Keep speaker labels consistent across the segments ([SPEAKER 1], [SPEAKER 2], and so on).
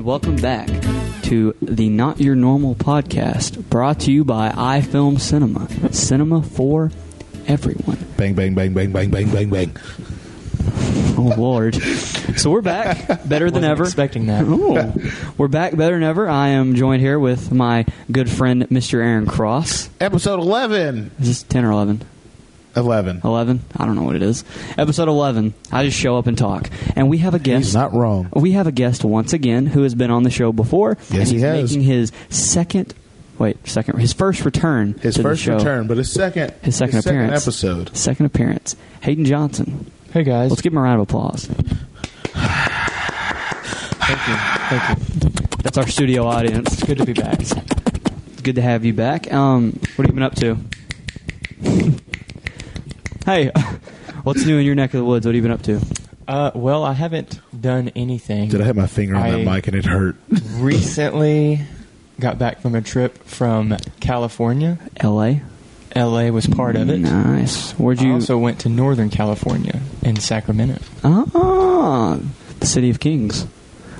[SPEAKER 1] welcome back to the Not Your Normal podcast brought to you by iFilm Cinema. Cinema for everyone.
[SPEAKER 2] Bang, bang, bang, bang, bang, bang, bang, bang.
[SPEAKER 1] Oh, Lord. So we're back better than
[SPEAKER 3] Wasn't
[SPEAKER 1] ever.
[SPEAKER 3] expecting that.
[SPEAKER 1] Oh, we're back better than ever. I am joined here with my good friend, Mr. Aaron Cross.
[SPEAKER 2] Episode 11.
[SPEAKER 1] Is this 10 or 11?
[SPEAKER 2] 11.
[SPEAKER 1] 11? I don't know what it is. Episode 11. I just show up and talk. And we have a guest.
[SPEAKER 2] He's not wrong.
[SPEAKER 1] We have a guest once again who has been on the show before. and
[SPEAKER 2] he
[SPEAKER 1] he's
[SPEAKER 2] has.
[SPEAKER 1] making his second, wait, second, his first return.
[SPEAKER 2] His
[SPEAKER 1] to the
[SPEAKER 2] first
[SPEAKER 1] show.
[SPEAKER 2] return, but his second
[SPEAKER 1] His second appearance.
[SPEAKER 2] episode.
[SPEAKER 1] Second appearance. Hayden Johnson.
[SPEAKER 3] Hey guys,
[SPEAKER 1] Let's give him a round of applause.
[SPEAKER 3] thank you, thank you.
[SPEAKER 1] That's our studio audience.
[SPEAKER 3] It's good to be back.
[SPEAKER 1] It's good to have you back. Um, what have you been up to? hey, what's new in your neck of the woods? What have you been up to?
[SPEAKER 3] Uh, well, I haven't done anything.
[SPEAKER 2] Did I have my finger on that
[SPEAKER 3] I-
[SPEAKER 2] mic and it hurt?
[SPEAKER 3] Recently, got back from a trip from California.
[SPEAKER 1] L.A.
[SPEAKER 3] L.A. was part of it.
[SPEAKER 1] Nice. Where'd
[SPEAKER 3] I
[SPEAKER 1] you?
[SPEAKER 3] also went to Northern California in Sacramento.
[SPEAKER 1] ah, the city of kings.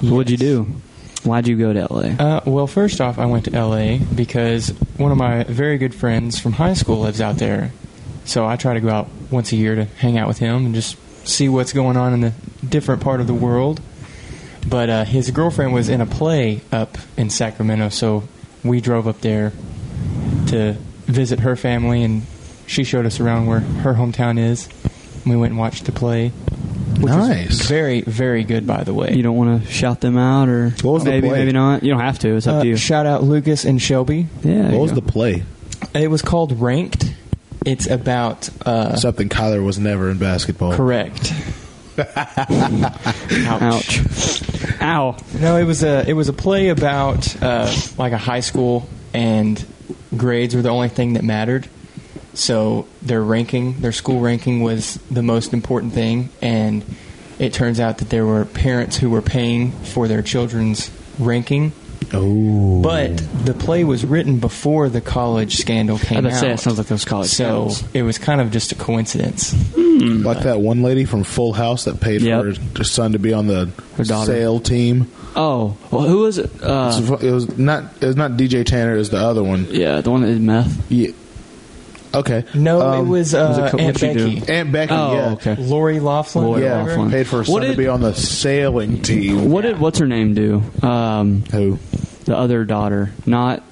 [SPEAKER 1] What'd you
[SPEAKER 3] Yes.
[SPEAKER 1] do? Why'd you go to L.A.?
[SPEAKER 3] Uh, well, first off, I went to LA because one of my very good friends from high school lives out there. So I try to go out once a year to hang out with him and just see what's going on in the different part of the world. But uh, his girlfriend was in a play up in Sacramento, so we drove up there to visit her family, and she showed us around where her hometown is. We went and watched the play. Which was
[SPEAKER 2] Nice.
[SPEAKER 3] very, very good, by the way.
[SPEAKER 1] You don't want to shout them out, or
[SPEAKER 2] What was the
[SPEAKER 1] maybe
[SPEAKER 2] play?
[SPEAKER 1] maybe not. You don't have to. It's up
[SPEAKER 3] Uh,
[SPEAKER 1] to you.
[SPEAKER 3] Shout out Lucas and Shelby.
[SPEAKER 1] yeah.
[SPEAKER 2] What
[SPEAKER 1] you
[SPEAKER 2] was
[SPEAKER 1] go.
[SPEAKER 2] the play?
[SPEAKER 3] It was called Ranked. It's about uh,
[SPEAKER 2] Something Kyler was never in basketball.
[SPEAKER 3] correct. Ouch.
[SPEAKER 1] ouch? Ow.
[SPEAKER 3] No, it was a it was a play about uh, like a high school and grades were the only thing that mattered. So their ranking, their school ranking, was the most important thing. And it turns out that there were parents who were paying for their children's ranking.
[SPEAKER 2] Oh.
[SPEAKER 3] But the play was written before the college scandal came
[SPEAKER 1] I was about to
[SPEAKER 3] out.
[SPEAKER 1] say, it sounds like those college
[SPEAKER 3] So
[SPEAKER 1] scandals.
[SPEAKER 3] it was kind of just a coincidence.
[SPEAKER 2] Like that one lady from Full House that paid
[SPEAKER 1] Yep.
[SPEAKER 2] for her son to be on the
[SPEAKER 1] Her daughter.
[SPEAKER 2] sale team.
[SPEAKER 1] Oh, well, who was it? Uh,
[SPEAKER 2] So it was not. It was not DJ Tanner. It was the other one.
[SPEAKER 1] yeah, the one that did meth.
[SPEAKER 2] Yeah. Okay.
[SPEAKER 3] No,
[SPEAKER 2] Um,
[SPEAKER 3] it was, uh,
[SPEAKER 1] was it co-
[SPEAKER 3] Aunt
[SPEAKER 1] what'd you do?
[SPEAKER 3] Becky.
[SPEAKER 2] Aunt Becky.
[SPEAKER 1] Oh,
[SPEAKER 2] yeah.
[SPEAKER 1] okay.
[SPEAKER 3] Lori Laughlin.
[SPEAKER 1] Lori
[SPEAKER 2] Yeah.
[SPEAKER 3] whatever.
[SPEAKER 1] Laughlin.
[SPEAKER 2] Paid for her son
[SPEAKER 1] What
[SPEAKER 2] to
[SPEAKER 1] did-
[SPEAKER 2] be on the sailing team.
[SPEAKER 1] What did what's her name do? Um,
[SPEAKER 2] Who?
[SPEAKER 1] the other daughter, not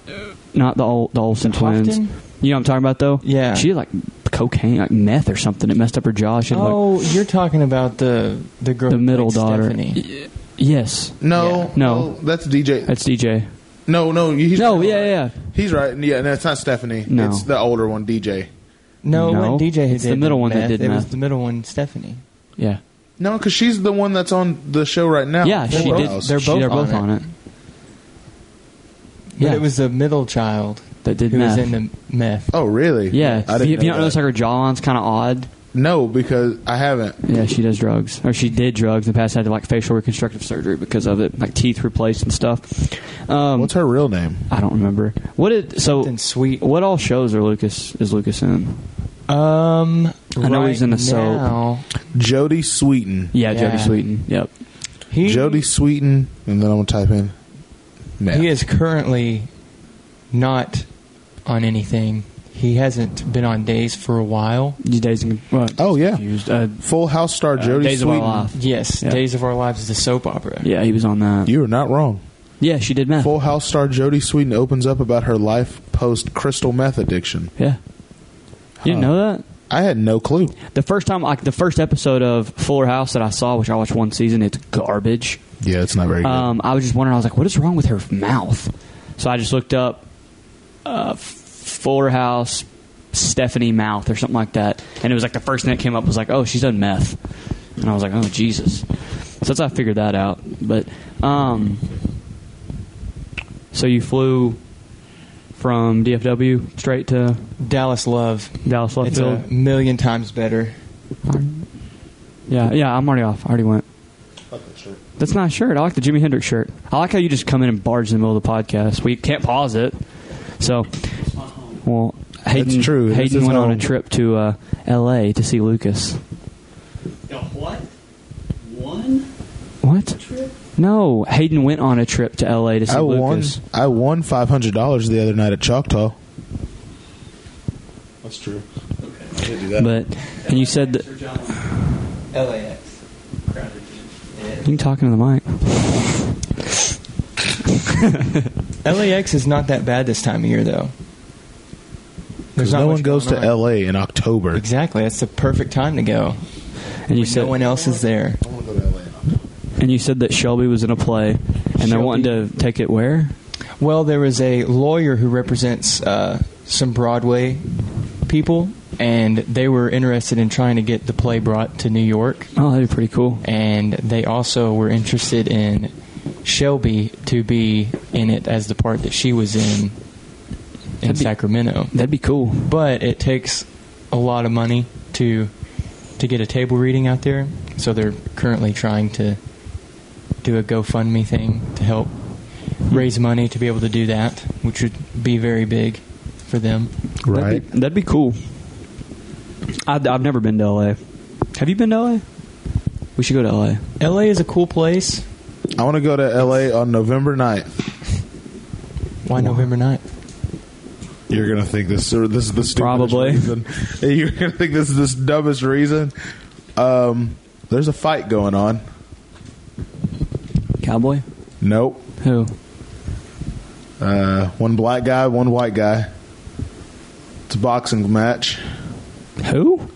[SPEAKER 1] not the Ol the Olsen
[SPEAKER 3] Houghton?
[SPEAKER 1] twins. You know what I'm talking about though?
[SPEAKER 3] Yeah.
[SPEAKER 1] She had like cocaine, like meth or something. It messed up her jaw. She had like
[SPEAKER 3] Oh, you're talking about the the girl,
[SPEAKER 1] the
[SPEAKER 3] who
[SPEAKER 1] middle
[SPEAKER 3] played
[SPEAKER 1] daughter.
[SPEAKER 3] Stephanie.
[SPEAKER 1] Y- yes,
[SPEAKER 2] No,
[SPEAKER 3] Yeah.
[SPEAKER 1] No.
[SPEAKER 2] oh, that's DJ.
[SPEAKER 1] that's DJ.
[SPEAKER 2] no, no, he's
[SPEAKER 1] No,
[SPEAKER 2] right.
[SPEAKER 1] yeah, yeah.
[SPEAKER 2] he's right. Yeah, no, it's not Stephanie.
[SPEAKER 1] No.
[SPEAKER 2] it's the older one, DJ.
[SPEAKER 3] No,
[SPEAKER 1] No.
[SPEAKER 3] when DJ who
[SPEAKER 1] It's
[SPEAKER 3] did
[SPEAKER 1] the middle one that did
[SPEAKER 3] It was
[SPEAKER 1] meth.
[SPEAKER 3] the middle one, Stephanie.
[SPEAKER 1] Yeah,
[SPEAKER 2] No, because she's the one that's on the show right now.
[SPEAKER 1] yeah.
[SPEAKER 3] they're
[SPEAKER 1] She
[SPEAKER 3] both-
[SPEAKER 1] did.
[SPEAKER 2] Oh,
[SPEAKER 3] they're
[SPEAKER 1] she-
[SPEAKER 3] both
[SPEAKER 1] they're
[SPEAKER 3] on
[SPEAKER 1] both on
[SPEAKER 3] it.
[SPEAKER 1] it.
[SPEAKER 3] But
[SPEAKER 1] Yeah,
[SPEAKER 3] it was the middle child
[SPEAKER 1] that did
[SPEAKER 3] who
[SPEAKER 1] meth.
[SPEAKER 3] was in the meth.
[SPEAKER 2] Oh, really?
[SPEAKER 1] yeah,
[SPEAKER 2] I
[SPEAKER 1] if
[SPEAKER 2] didn't
[SPEAKER 1] you, if you don't
[SPEAKER 2] know
[SPEAKER 1] notice,
[SPEAKER 2] that.
[SPEAKER 1] like her jawline's kind of odd.
[SPEAKER 2] no, because I haven't.
[SPEAKER 1] Yeah, she does drugs, or she did drugs in the past. Had like facial reconstructive surgery because of it, like teeth replaced and stuff. Um,
[SPEAKER 2] What's her real name?
[SPEAKER 1] I don't remember. What did so?
[SPEAKER 3] Something sweet.
[SPEAKER 1] What all shows are Lucas is Lucas in?
[SPEAKER 3] Um,
[SPEAKER 1] I know he's in a soap.
[SPEAKER 3] soap.
[SPEAKER 2] Jody Sweeten.
[SPEAKER 1] Yeah,
[SPEAKER 3] Yeah.
[SPEAKER 1] Jody Sweeten. Yep.
[SPEAKER 3] He,
[SPEAKER 2] Jody Sweeten, and then I'm gonna type in. Matt.
[SPEAKER 3] He is currently not on anything. He hasn't been on days for a while.
[SPEAKER 1] You days and well,
[SPEAKER 2] Oh yeah,
[SPEAKER 1] confused. Uh,
[SPEAKER 2] Full House star
[SPEAKER 1] uh,
[SPEAKER 2] Jody
[SPEAKER 1] Days of Our
[SPEAKER 2] Sweeten.
[SPEAKER 1] Life.
[SPEAKER 3] Yes,
[SPEAKER 1] Yeah.
[SPEAKER 3] Days of Our Lives is a soap opera.
[SPEAKER 1] Yeah, he was on that.
[SPEAKER 2] You are not wrong.
[SPEAKER 1] Yeah, she did meth.
[SPEAKER 2] Full House star Jody Sweeten opens up about her life post crystal meth addiction.
[SPEAKER 1] Yeah. You didn't
[SPEAKER 2] Huh.
[SPEAKER 1] know that?
[SPEAKER 2] I had no clue.
[SPEAKER 1] The first time, like the first episode of Fuller House that I saw, which I watched one season, it's garbage.
[SPEAKER 2] Yeah, it's not very good.
[SPEAKER 1] Um, I was just wondering. I was like, "What is wrong with her mouth?" So I just looked up uh, Fuller House Stephanie mouth or something like that, and it was like the first thing that came up was like, "Oh, she's done meth," and I was like, "Oh, Jesus!" So that's how I figured that out. But um, so you flew from DFW straight to
[SPEAKER 3] Dallas Love.
[SPEAKER 1] Dallas Love
[SPEAKER 3] It's a
[SPEAKER 1] Field.
[SPEAKER 3] million times better.
[SPEAKER 1] Yeah, yeah. I'm already off. I already went. That's not a shirt. I like the Jimi Hendrix shirt. I like how you just come in and barge in the middle of the podcast. We can't pause it. So, well, Hayden,
[SPEAKER 2] That's true. This
[SPEAKER 1] Hayden
[SPEAKER 2] is
[SPEAKER 1] went on a
[SPEAKER 2] home.
[SPEAKER 1] trip to uh, L.A. to see Lucas.
[SPEAKER 4] The what? One
[SPEAKER 1] What?
[SPEAKER 4] trip?
[SPEAKER 1] No, Hayden went on a trip to L.A. to see
[SPEAKER 2] I won.
[SPEAKER 1] Lucas.
[SPEAKER 2] I won five hundred dollars the other night at Choctaw. That's true. I did do that.
[SPEAKER 1] But and you said that
[SPEAKER 4] LAX. Crowded.
[SPEAKER 1] you can talk into the mic.
[SPEAKER 3] LAX is not that bad this time of year, though.
[SPEAKER 2] because
[SPEAKER 3] not
[SPEAKER 2] no
[SPEAKER 3] much
[SPEAKER 2] one goes to
[SPEAKER 3] going on.
[SPEAKER 2] L.A. in October.
[SPEAKER 3] Exactly, that's the perfect time to go.
[SPEAKER 1] And you
[SPEAKER 3] no
[SPEAKER 1] said
[SPEAKER 3] one else is there.
[SPEAKER 2] I want to go to L.A.
[SPEAKER 1] and you said that Shelby was in a play, and they're
[SPEAKER 3] Shelby.
[SPEAKER 1] wanting to take it where?
[SPEAKER 3] Well, there was a lawyer who represents uh, some Broadway people, and they were interested in trying to get the play brought to New York.
[SPEAKER 1] Oh, that'd be pretty cool.
[SPEAKER 3] and they also were interested in Shelby to be in it as the part that she was in in
[SPEAKER 1] That'd be-
[SPEAKER 3] Sacramento.
[SPEAKER 1] That'd be cool.
[SPEAKER 3] But it takes a lot of money to to get a table reading out there, so they're currently trying to do a GoFundMe thing to help raise money to be able to do that, which would be very big for them.
[SPEAKER 2] Right.
[SPEAKER 1] That'd be, that'd be cool. I've, I've never been to L.A. Have you been to L.A.? We should go to L.A.
[SPEAKER 3] LA is a cool place.
[SPEAKER 2] I want to go to L.A. on November 9th.
[SPEAKER 3] Why November 9th?
[SPEAKER 2] You're gonna think this. Or this is the stupidest
[SPEAKER 1] Probably.
[SPEAKER 2] reason. You're gonna think this is this dumbest reason. Um, there's a fight going on.
[SPEAKER 1] Cowboy?
[SPEAKER 2] Nope.
[SPEAKER 1] Who?
[SPEAKER 2] Uh, one black guy, one white guy. It's a boxing match.
[SPEAKER 1] Who?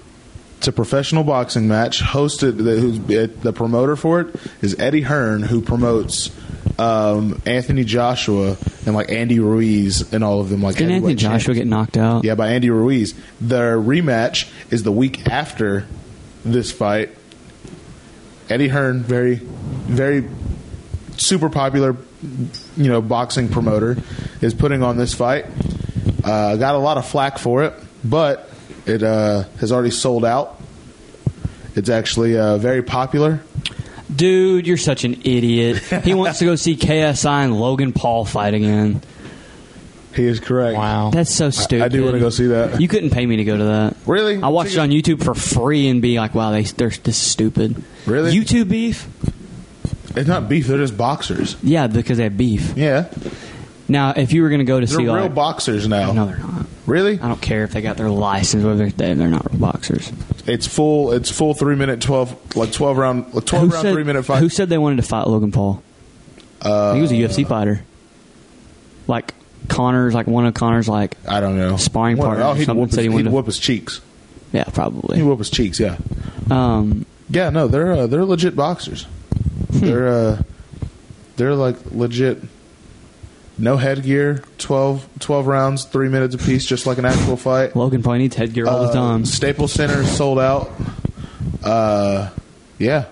[SPEAKER 2] It's a professional boxing match hosted. The, who's, eh, the promoter for it is Eddie Hearn, who promotes um, Anthony Joshua and like Andy Ruiz and all of them. Like
[SPEAKER 1] Didn't Anthony
[SPEAKER 2] heavyweight
[SPEAKER 1] Joshua
[SPEAKER 2] champs.
[SPEAKER 1] get knocked out?
[SPEAKER 2] Yeah, by Andy Ruiz. Their rematch is the week after this fight. Eddie Hearn, very, very super popular, you know, boxing promoter, is putting on this fight. Uh, got a lot of flack for it, but it uh, has already sold out. It's actually uh, very popular.
[SPEAKER 1] Dude, you're such an idiot. He wants to go see KSI and Logan Paul fight again.
[SPEAKER 2] He is correct.
[SPEAKER 3] Wow.
[SPEAKER 1] That's so stupid.
[SPEAKER 2] Oh, I do want to go see that.
[SPEAKER 1] You couldn't pay me to go to that.
[SPEAKER 2] Really?
[SPEAKER 1] I watched it on YouTube for free and be like, wow, they, they're this is stupid.
[SPEAKER 2] Really?
[SPEAKER 1] YouTube beef?
[SPEAKER 2] it's not beef; they're just boxers.
[SPEAKER 1] Yeah, because they have beef.
[SPEAKER 2] Yeah,
[SPEAKER 1] Now, if you were going to go to
[SPEAKER 2] they're
[SPEAKER 1] see
[SPEAKER 2] real
[SPEAKER 1] like,
[SPEAKER 2] boxers now.
[SPEAKER 1] no, they're not.
[SPEAKER 2] Really?
[SPEAKER 1] I don't care if they got their license, whether they, they're not real boxers.
[SPEAKER 2] It's full. It's full three minute twelve like twelve round like twelve
[SPEAKER 1] who
[SPEAKER 2] round
[SPEAKER 1] said,
[SPEAKER 2] three minute fight.
[SPEAKER 1] Who said they wanted to fight Logan Paul?
[SPEAKER 2] Uh,
[SPEAKER 1] I think he was a UFC fighter. Like Connor's, like one of Connor's, like
[SPEAKER 2] I don't know.
[SPEAKER 1] Sparring
[SPEAKER 2] One-
[SPEAKER 1] partner
[SPEAKER 2] Oh,
[SPEAKER 1] or
[SPEAKER 2] he'd
[SPEAKER 1] something
[SPEAKER 2] whoop,
[SPEAKER 1] said he
[SPEAKER 2] his,
[SPEAKER 1] wanted
[SPEAKER 2] he'd
[SPEAKER 1] to-
[SPEAKER 2] whoop his cheeks.
[SPEAKER 1] yeah,
[SPEAKER 2] He'd
[SPEAKER 1] probably.
[SPEAKER 2] whoop his cheeks. Yeah.
[SPEAKER 1] Um,
[SPEAKER 2] Yeah. No, they're uh, they're legit boxers.
[SPEAKER 1] Hmm.
[SPEAKER 2] They're uh, they're like legit. No headgear. 12, 12 rounds, three minutes apiece, just like an actual fight.
[SPEAKER 1] Logan Paul needs headgear all the
[SPEAKER 2] Uh,
[SPEAKER 1] time.
[SPEAKER 2] Staples Center sold out. Uh, yeah,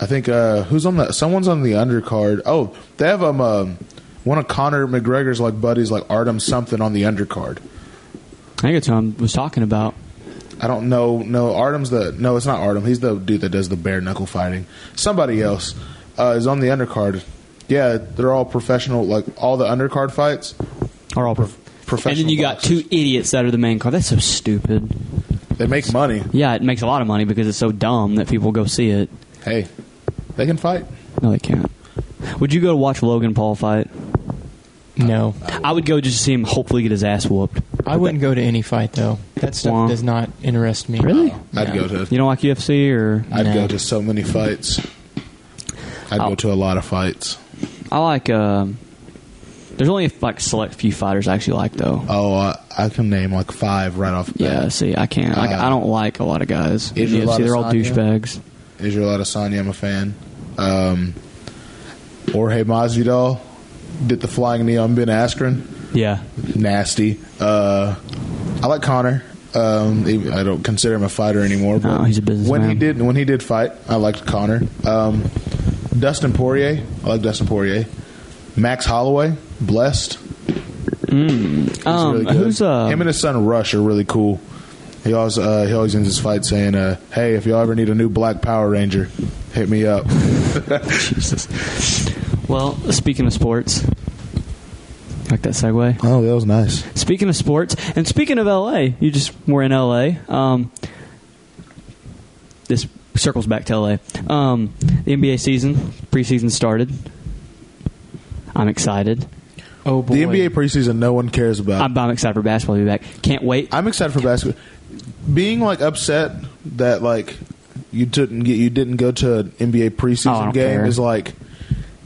[SPEAKER 2] I think uh, who's on the someone's on the undercard. Oh, they have um, um one of Conor McGregor's like buddies like Artem something on the undercard.
[SPEAKER 1] I think that's what I was talking about.
[SPEAKER 2] I don't know. No, Artem's the no. It's not Artem. He's the dude that does the bare knuckle fighting. Somebody else uh, is on the undercard. Yeah, they're all professional. Like all the undercard fights,
[SPEAKER 1] Are all
[SPEAKER 2] professional.
[SPEAKER 1] And then you got two
[SPEAKER 2] boxers.
[SPEAKER 1] idiots that are the main card. That's so stupid.
[SPEAKER 2] They make money.
[SPEAKER 1] Yeah, it makes a lot of money because it's so dumb that people go see it.
[SPEAKER 2] Hey, they can fight.
[SPEAKER 1] No, they can't. Would you go watch Logan Paul fight?
[SPEAKER 3] no.
[SPEAKER 1] I would go just to see him hopefully get his ass whooped.
[SPEAKER 3] I wouldn't go to any fight though. That stuff
[SPEAKER 1] Wah.
[SPEAKER 3] does not interest me.
[SPEAKER 1] Really?
[SPEAKER 2] I'd
[SPEAKER 3] No.
[SPEAKER 2] go to
[SPEAKER 1] You don't like UFC or
[SPEAKER 2] I'd
[SPEAKER 3] No.
[SPEAKER 2] go to so many fights. I'd
[SPEAKER 1] I'll-
[SPEAKER 2] go to a lot of fights.
[SPEAKER 1] I like. Um, there's only like select few fighters I actually like though.
[SPEAKER 2] Oh, I, I can name like five right off. the
[SPEAKER 1] Yeah, see, I can't. Like,
[SPEAKER 2] Uh,
[SPEAKER 1] I don't like a lot of guys. in
[SPEAKER 2] Israel
[SPEAKER 1] UFC. They're all
[SPEAKER 2] Adesanya?
[SPEAKER 1] douchebags.
[SPEAKER 2] bat. Israel Adesanya, I'm a fan. Um, Jorge Masvidal did the flying knee on Ben Askren.
[SPEAKER 1] Yeah,
[SPEAKER 2] Nasty. Uh, I like Connor. Um, he- I don't consider him a fighter anymore. But
[SPEAKER 1] No, he's a businessman.
[SPEAKER 2] When he did when he did fight, I liked Connor. Um, Dustin Poirier, I like Dustin Poirier. Max Holloway, blessed. He's
[SPEAKER 1] Um,
[SPEAKER 2] really good.
[SPEAKER 1] who's uh?
[SPEAKER 2] him and his son Rush are really cool. He always uh, he always ends his fight saying, uh, "Hey, if y'all ever need a new Black Power Ranger, hit me up."
[SPEAKER 1] well, speaking of sports, like that segue.
[SPEAKER 2] oh, that was nice.
[SPEAKER 1] Speaking of sports, and speaking of LA, you just were in LA. Um, this circles back to LA. Um, the NBA season, preseason started. I'm excited.
[SPEAKER 3] Oh boy.
[SPEAKER 2] The NBA preseason, no one cares about.
[SPEAKER 1] I'm, I'm excited for basketball to be back. Can't wait.
[SPEAKER 2] I'm excited for basketball. Being like upset that like you didn't get you didn't go to an NBA
[SPEAKER 1] Oh, I
[SPEAKER 2] preseason
[SPEAKER 1] don't
[SPEAKER 2] game
[SPEAKER 1] care.
[SPEAKER 2] is like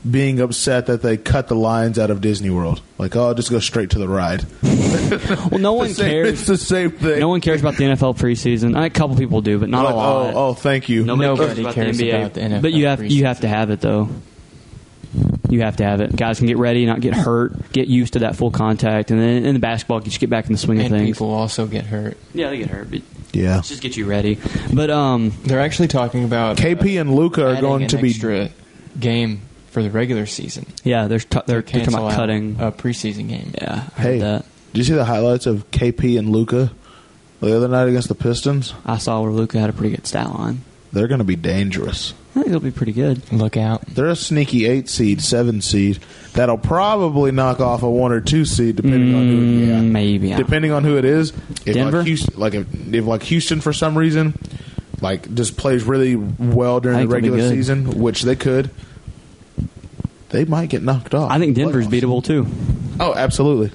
[SPEAKER 2] being upset that they cut the lines out of Disney World. Like, oh, just go straight to the ride.
[SPEAKER 1] Well, no one
[SPEAKER 2] The same-
[SPEAKER 1] cares.
[SPEAKER 2] It's the same thing.
[SPEAKER 1] No one cares about the NFL preseason. A couple people do, but not
[SPEAKER 2] Like,
[SPEAKER 1] a lot.
[SPEAKER 2] oh, oh, thank you.
[SPEAKER 1] Nobody,
[SPEAKER 3] Nobody
[SPEAKER 1] cares,
[SPEAKER 3] cares
[SPEAKER 1] about,
[SPEAKER 3] about
[SPEAKER 1] the
[SPEAKER 3] the
[SPEAKER 1] NBA.
[SPEAKER 3] NFL
[SPEAKER 1] But you have you have to have it though. You have to have it. Guys can get ready, not get hurt, get used to that full contact, and then in the basketball, you just get back in the swing of
[SPEAKER 3] and
[SPEAKER 1] things.
[SPEAKER 3] people also get hurt.
[SPEAKER 1] Yeah, they get hurt, but
[SPEAKER 2] Yeah.
[SPEAKER 1] just get you ready. But um,
[SPEAKER 3] They're actually talking about
[SPEAKER 2] KP and Luca are
[SPEAKER 3] adding
[SPEAKER 2] going
[SPEAKER 3] an
[SPEAKER 2] to be
[SPEAKER 3] extra game for the regular season.
[SPEAKER 1] yeah, they're t- they're, they're talking
[SPEAKER 3] Cancel
[SPEAKER 1] about
[SPEAKER 3] out
[SPEAKER 1] cutting.
[SPEAKER 3] a preseason game.
[SPEAKER 1] yeah, I heard
[SPEAKER 2] Oh. Hey,
[SPEAKER 1] that.
[SPEAKER 2] did you see the highlights of KP and Luca the other night against the Pistons?
[SPEAKER 1] I saw where Luca had a pretty good stat line.
[SPEAKER 2] They're going to be dangerous.
[SPEAKER 1] I think it'll be pretty good.
[SPEAKER 3] Look out.
[SPEAKER 2] They're a sneaky eight seed, seven seed that'll probably knock off a one or two seed, depending on who. Yeah.
[SPEAKER 1] Mm, maybe. I don't-
[SPEAKER 2] Depending on who it is, if
[SPEAKER 1] Denver?
[SPEAKER 2] like Houston, like if, if like Houston for some reason, like just plays really well
[SPEAKER 1] I
[SPEAKER 2] during the
[SPEAKER 1] think they'll be
[SPEAKER 2] regular
[SPEAKER 1] good.
[SPEAKER 2] season, which they could, they might get knocked off.
[SPEAKER 1] I think Denver's
[SPEAKER 2] Playoffs.
[SPEAKER 1] beatable too.
[SPEAKER 2] Oh, absolutely.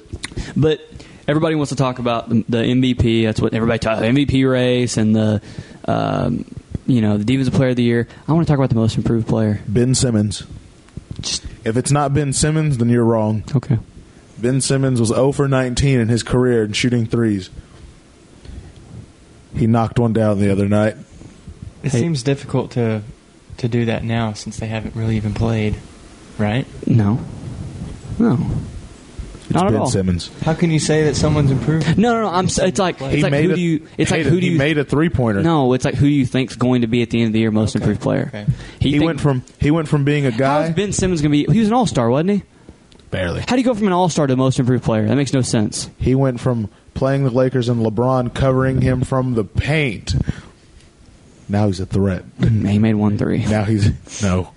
[SPEAKER 1] But everybody wants to talk about the, the MVP. That's what everybody talks about. MVP race and the, um, you know, the Defensive Player of the Year. I want to talk about the most improved player.
[SPEAKER 2] Ben Simmons.
[SPEAKER 1] Just
[SPEAKER 2] If it's not Ben Simmons, then you're wrong.
[SPEAKER 1] okay.
[SPEAKER 2] Ben Simmons was 0 for 19 in his career in shooting threes. He knocked one down the other night.
[SPEAKER 3] It
[SPEAKER 1] Hey.
[SPEAKER 3] seems difficult to to do that now since they haven't really even played, right?
[SPEAKER 1] No, no,
[SPEAKER 2] It's
[SPEAKER 1] not at
[SPEAKER 2] Ben
[SPEAKER 1] all.
[SPEAKER 2] Simmons.
[SPEAKER 3] How can you say that someone's improved?
[SPEAKER 1] No, no, no. I'm. s- It's like it's
[SPEAKER 2] He
[SPEAKER 1] like
[SPEAKER 2] made
[SPEAKER 1] who
[SPEAKER 2] a-
[SPEAKER 1] do you? It's like
[SPEAKER 2] made a-
[SPEAKER 1] who do
[SPEAKER 2] he
[SPEAKER 1] you?
[SPEAKER 2] made a three pointer.
[SPEAKER 1] no, it's like who you think's going to be at the end of the year most
[SPEAKER 3] Okay,
[SPEAKER 1] improved player.
[SPEAKER 3] okay.
[SPEAKER 2] he
[SPEAKER 1] think-
[SPEAKER 2] went from he went from being a
[SPEAKER 1] How is
[SPEAKER 2] guy
[SPEAKER 1] Ben Simmons going to be? He was an All Star, wasn't he?
[SPEAKER 2] barely.
[SPEAKER 1] How do you go from an All Star to the most improved player? That makes no sense.
[SPEAKER 2] He went from playing the Lakers and LeBron covering him from the paint. Now he's a threat.
[SPEAKER 1] he made one three.
[SPEAKER 2] Now he's no.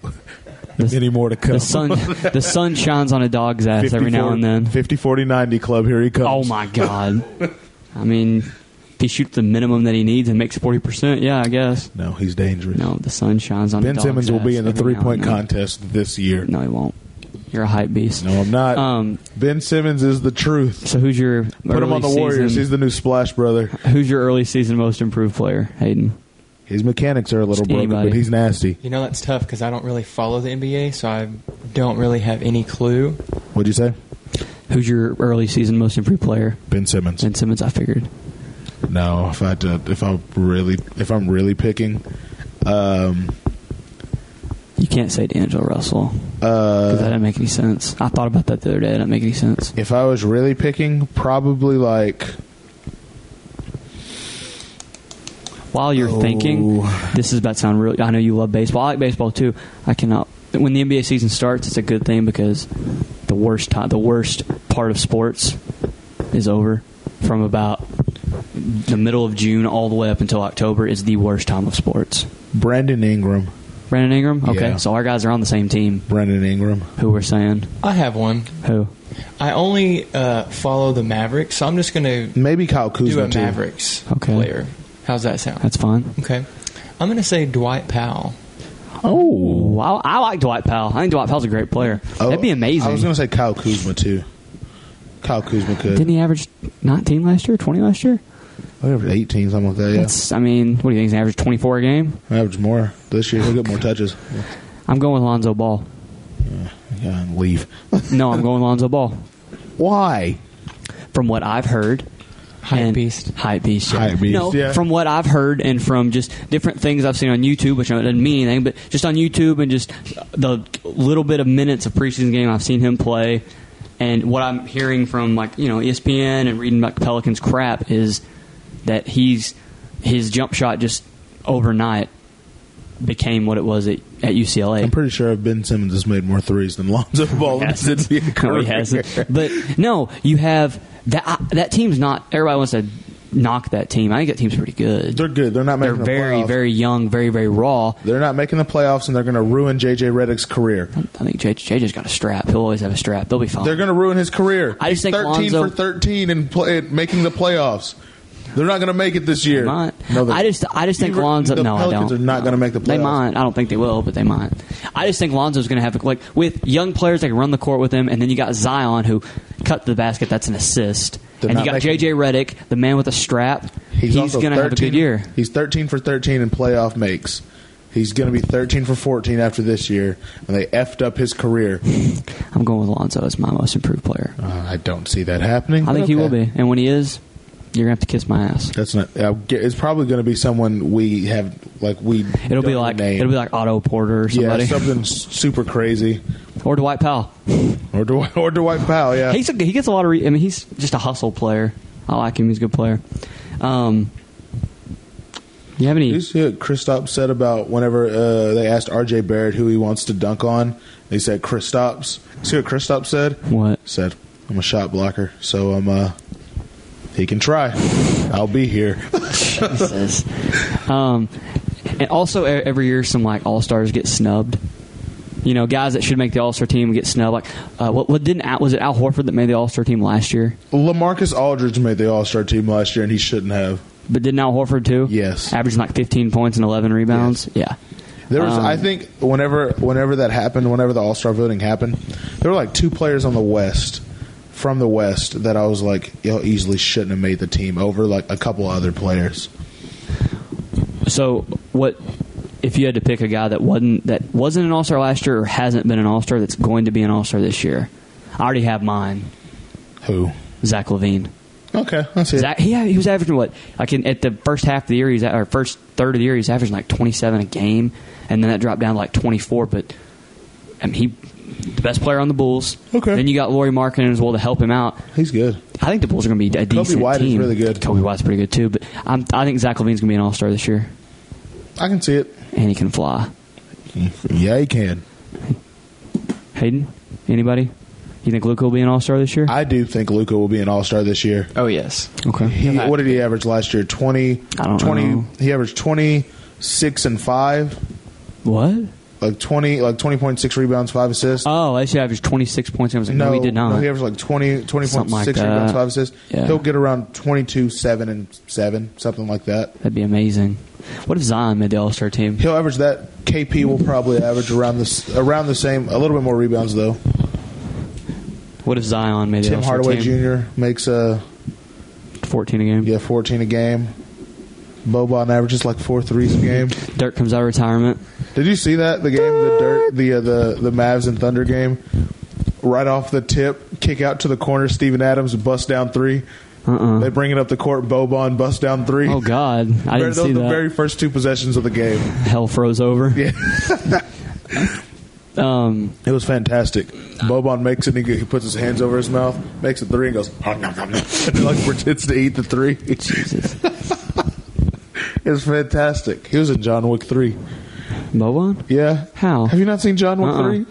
[SPEAKER 2] Any more to come?
[SPEAKER 1] The sun, the sun shines on a dog's ass every now
[SPEAKER 2] 54
[SPEAKER 1] and then.
[SPEAKER 2] 50 40 90 club here he comes.
[SPEAKER 1] Oh my god! I mean, if he shoots the minimum that he needs and makes forty percent, yeah, I guess.
[SPEAKER 2] No, he's dangerous.
[SPEAKER 1] No, the sun shines on. a
[SPEAKER 2] Ben
[SPEAKER 1] dog's
[SPEAKER 2] Simmons will be
[SPEAKER 1] ass
[SPEAKER 2] in the
[SPEAKER 1] every
[SPEAKER 2] three
[SPEAKER 1] now
[SPEAKER 2] point
[SPEAKER 1] and then.
[SPEAKER 2] contest this year.
[SPEAKER 1] No, he won't. You're a hype beast.
[SPEAKER 2] No, I'm not.
[SPEAKER 1] Um,
[SPEAKER 2] ben Simmons is the truth.
[SPEAKER 1] so who's your
[SPEAKER 2] Put him on the Warriors. He's the new Splash brother.
[SPEAKER 1] who's your early season most improved player, Hayden?
[SPEAKER 2] His mechanics are a little broken,
[SPEAKER 1] Anybody.
[SPEAKER 2] but he's nasty.
[SPEAKER 3] You know that's tough because I don't really follow the NBA, so I don't really have any clue.
[SPEAKER 2] What'd you say?
[SPEAKER 1] Who's your early season most improved player?
[SPEAKER 2] Ben Simmons.
[SPEAKER 1] Ben Simmons, I figured.
[SPEAKER 2] No, if I had to, if I'm really if I'm really picking, um,
[SPEAKER 1] You can't say D'Angelo Russell. 'cause that
[SPEAKER 2] uh,
[SPEAKER 1] didn't make any sense. I thought about that the other day. It didn't make any sense.
[SPEAKER 2] if I was really picking, probably like
[SPEAKER 1] While you're thinking,
[SPEAKER 2] Oh,
[SPEAKER 1] this is about to sound real. I know you love baseball. I like baseball too. I cannot. When the NBA season starts, it's a good thing because the worst time, the worst part of sports is over. From about the middle of June all the way up until October is the worst time of sports.
[SPEAKER 2] Brandon Ingram,
[SPEAKER 1] Brandon Ingram. Okay,
[SPEAKER 2] Yeah.
[SPEAKER 1] so our guys are on the same team.
[SPEAKER 2] Brandon Ingram.
[SPEAKER 1] Who we're saying?
[SPEAKER 3] I have one.
[SPEAKER 1] Who?
[SPEAKER 3] I only uh, follow the Mavericks, so I'm just going to
[SPEAKER 2] Maybe Kyle Kuzma
[SPEAKER 3] do a
[SPEAKER 2] too.
[SPEAKER 3] Mavericks
[SPEAKER 1] Okay.
[SPEAKER 3] player. How's that sound?
[SPEAKER 1] That's fine.
[SPEAKER 3] Okay. I'm going to say Dwight Powell.
[SPEAKER 2] Oh,
[SPEAKER 1] Wow, I like Dwight Powell. I think Dwight Powell's a great player.
[SPEAKER 2] Oh,
[SPEAKER 1] That'd be amazing.
[SPEAKER 2] I was gonna say Kyle Kuzma too. Kyle Kuzma could.
[SPEAKER 1] Didn't he average 19 last year, 20 last year?
[SPEAKER 2] Whatever, 18, something like that. Yeah,
[SPEAKER 1] That's, I mean, what do you think? He's average 24 a game?
[SPEAKER 2] average more this year. He'll get more touches.
[SPEAKER 1] I'm going with Lonzo Ball.
[SPEAKER 2] Yeah, and leave.
[SPEAKER 1] No, I'm going Lonzo Ball.
[SPEAKER 2] Why?
[SPEAKER 1] From what I've heard.
[SPEAKER 3] Hype
[SPEAKER 1] and-
[SPEAKER 3] beast.
[SPEAKER 1] Hype beast. Yeah.
[SPEAKER 2] Hype beast,
[SPEAKER 1] No,
[SPEAKER 2] yeah.
[SPEAKER 1] from what I've heard and from just different things I've seen on YouTube, which I know it doesn't mean anything, but just on YouTube and just the little bit of minutes of preseason game I've seen him play, and what I'm hearing from like you know E ESPN and reading about Pelicans crap is that he's his jump shot just overnight became what it was at, at UCLA.
[SPEAKER 2] I'm pretty sure Ben Simmons has made more threes than Lonzo Ball. in his
[SPEAKER 1] hasn't.
[SPEAKER 2] NBA
[SPEAKER 1] No, he
[SPEAKER 2] career.
[SPEAKER 1] hasn't. But no, you have that. I that team's not. Everybody wants to knock that team. I think that team's pretty good.
[SPEAKER 2] They're good. They're not
[SPEAKER 1] They're
[SPEAKER 2] making the
[SPEAKER 1] very,
[SPEAKER 2] playoffs.
[SPEAKER 1] very young, very, very raw.
[SPEAKER 2] They're not making the playoffs, and they're going to ruin JJ Redick's career.
[SPEAKER 1] I think Jay, Jay just got a strap. He'll always have a strap. They'll be fine.
[SPEAKER 2] They're going to ruin his career.
[SPEAKER 1] I just
[SPEAKER 2] He's
[SPEAKER 1] think
[SPEAKER 2] thirteen
[SPEAKER 1] Lonzo-
[SPEAKER 2] for thirteen and play, making the playoffs. They're not going to make it this year.
[SPEAKER 1] They might.
[SPEAKER 2] No, they-
[SPEAKER 1] I just I just think
[SPEAKER 2] You re-
[SPEAKER 1] Lonzo.
[SPEAKER 2] The
[SPEAKER 1] no,
[SPEAKER 2] Pelicans
[SPEAKER 1] I don't.
[SPEAKER 2] are not going to make the playoffs.
[SPEAKER 1] They might. I don't think they will, but they might. I just think Lonzo's going to have like with young players that can run the court with him, and then you got Zion who cut to the basket. That's an assist.
[SPEAKER 2] They're
[SPEAKER 1] and
[SPEAKER 2] not
[SPEAKER 1] you got JJ
[SPEAKER 2] making-
[SPEAKER 1] Redick, the man with a strap. He's,
[SPEAKER 2] also
[SPEAKER 1] going to have a
[SPEAKER 2] 13
[SPEAKER 1] good year.
[SPEAKER 2] He's 13 for 13 in playoff makes. He's going to be 13 for 14 after this year, and they effed up his career.
[SPEAKER 1] I'm going with Lonzo as my most improved player.
[SPEAKER 2] Uh, I don't see that happening.
[SPEAKER 1] I
[SPEAKER 2] but
[SPEAKER 1] think he
[SPEAKER 2] okay.
[SPEAKER 1] will be, and when he is, you're going to have to kiss my ass.
[SPEAKER 2] That's not. I'll get- It's probably going to be someone we have like we.
[SPEAKER 1] It'll be
[SPEAKER 2] don't
[SPEAKER 1] like
[SPEAKER 2] name.
[SPEAKER 1] it'll be like Otto Porter or somebody,
[SPEAKER 2] yeah, something s- super crazy,
[SPEAKER 1] or Dwight Powell.
[SPEAKER 2] or Dwight, or Dwight Powell. Yeah,
[SPEAKER 1] He's a, he gets a lot of. Re- I mean, he's just a hustle player. I like him. He's a good player. Um, you have any?
[SPEAKER 2] You see what Kristaps said about whenever uh, they asked R.J. Barrett who he wants to dunk on? They said Kristaps. See what Kristaps said?
[SPEAKER 1] What?
[SPEAKER 2] Said I'm a shot blocker, so I'm. Uh, he can try. I'll be here.
[SPEAKER 1] Jesus. um, and also e- every year some like all stars get snubbed. You know, guys that should make the All Star team get snubbed. Like, uh, what, what didn't Al, was it Al Horford that made the All Star team last year?
[SPEAKER 2] Lamarcus Aldridge made the All Star team last year, and he shouldn't have.
[SPEAKER 1] But didn't Al Horford too?
[SPEAKER 2] Yes.
[SPEAKER 1] averaging like 15 points and 11 rebounds. Yeah,
[SPEAKER 2] There was,
[SPEAKER 1] Um,
[SPEAKER 2] I think, whenever whenever that happened, whenever the All Star voting happened, there were like two players on the West from the West that I was like, yo, easily shouldn't have made the team over like a couple other players.
[SPEAKER 1] So what if you had to pick a guy that wasn't that wasn't an all star last year or hasn't been an all star that's going to be an all star this year? I already have mine.
[SPEAKER 2] Who?
[SPEAKER 1] Zach Levine.
[SPEAKER 2] Okay, that's it.
[SPEAKER 1] Zach, he, he was averaging what? Like in, at the first half of the year, he's at, or first third of the year, he's averaging like twenty seven a game, and then that dropped down to like twenty four. But I mean, he the best player on the Bulls.
[SPEAKER 2] Okay.
[SPEAKER 1] Then you got Laurie Markkinen as well to help him out.
[SPEAKER 2] He's good.
[SPEAKER 1] I think the Bulls are going to be a decent
[SPEAKER 2] White is
[SPEAKER 1] team.
[SPEAKER 2] really good.
[SPEAKER 1] Kobe White's pretty good too, but I'm, I think Zach Levine's going to be an all star this year,
[SPEAKER 2] I can see it.
[SPEAKER 1] and he can fly.
[SPEAKER 2] Yeah, he can.
[SPEAKER 1] Hayden, anybody? You think Luca will be an All Star this year?
[SPEAKER 2] I do think Luca will be an All Star this year.
[SPEAKER 3] Oh yes.
[SPEAKER 1] okay.
[SPEAKER 2] He, what did he average last year? Twenty.
[SPEAKER 1] I don't
[SPEAKER 2] 20,
[SPEAKER 1] know.
[SPEAKER 2] He averaged twenty six and five,
[SPEAKER 1] What?
[SPEAKER 2] like twenty, like twenty point six rebounds, five assists.
[SPEAKER 1] Oh, I should average twenty six points. I was like, no, he did not.
[SPEAKER 2] No, he averaged like 20, 20.6
[SPEAKER 1] Something like
[SPEAKER 2] rebounds,
[SPEAKER 1] that.
[SPEAKER 2] five assists.
[SPEAKER 1] Yeah.
[SPEAKER 2] He'll get around 22, 7, and 7, something like that.
[SPEAKER 1] That'd be amazing. What if Zion made the All Star team?
[SPEAKER 2] He'll average that. KP will probably average around this around the same, a little bit more rebounds though.
[SPEAKER 1] What if Zion made the
[SPEAKER 2] Tim
[SPEAKER 1] All Star
[SPEAKER 2] Hardaway
[SPEAKER 1] team?
[SPEAKER 2] Jr. makes uh,
[SPEAKER 1] Fourteen a game.
[SPEAKER 2] yeah fourteen a game. Boban averages like four threes a game.
[SPEAKER 1] Dirk comes out of retirement.
[SPEAKER 2] Did you see that the game the dirt the uh, the the Mavs and Thunder game? Right off the tip, kick out to the corner. Steven Adams bust down three.
[SPEAKER 1] Uh uh
[SPEAKER 2] They bring it up the court. Boban bust down three.
[SPEAKER 1] Oh God, I didn't
[SPEAKER 2] Those
[SPEAKER 1] see
[SPEAKER 2] the
[SPEAKER 1] that.
[SPEAKER 2] very first two possessions of the game.
[SPEAKER 1] Hell froze over.
[SPEAKER 2] Yeah.
[SPEAKER 1] Um,
[SPEAKER 2] It was fantastic. Boban makes it. And he, he puts his hands over his mouth, makes a three, and goes "Nom, nom, nom, nom," and he, like pretends to eat the three.
[SPEAKER 1] Jesus.
[SPEAKER 2] It was fantastic. He was in John Wick three.
[SPEAKER 1] Boban?
[SPEAKER 2] Yeah.
[SPEAKER 1] How?
[SPEAKER 2] Have you not seen John Wick
[SPEAKER 1] Uh-uh.
[SPEAKER 2] three?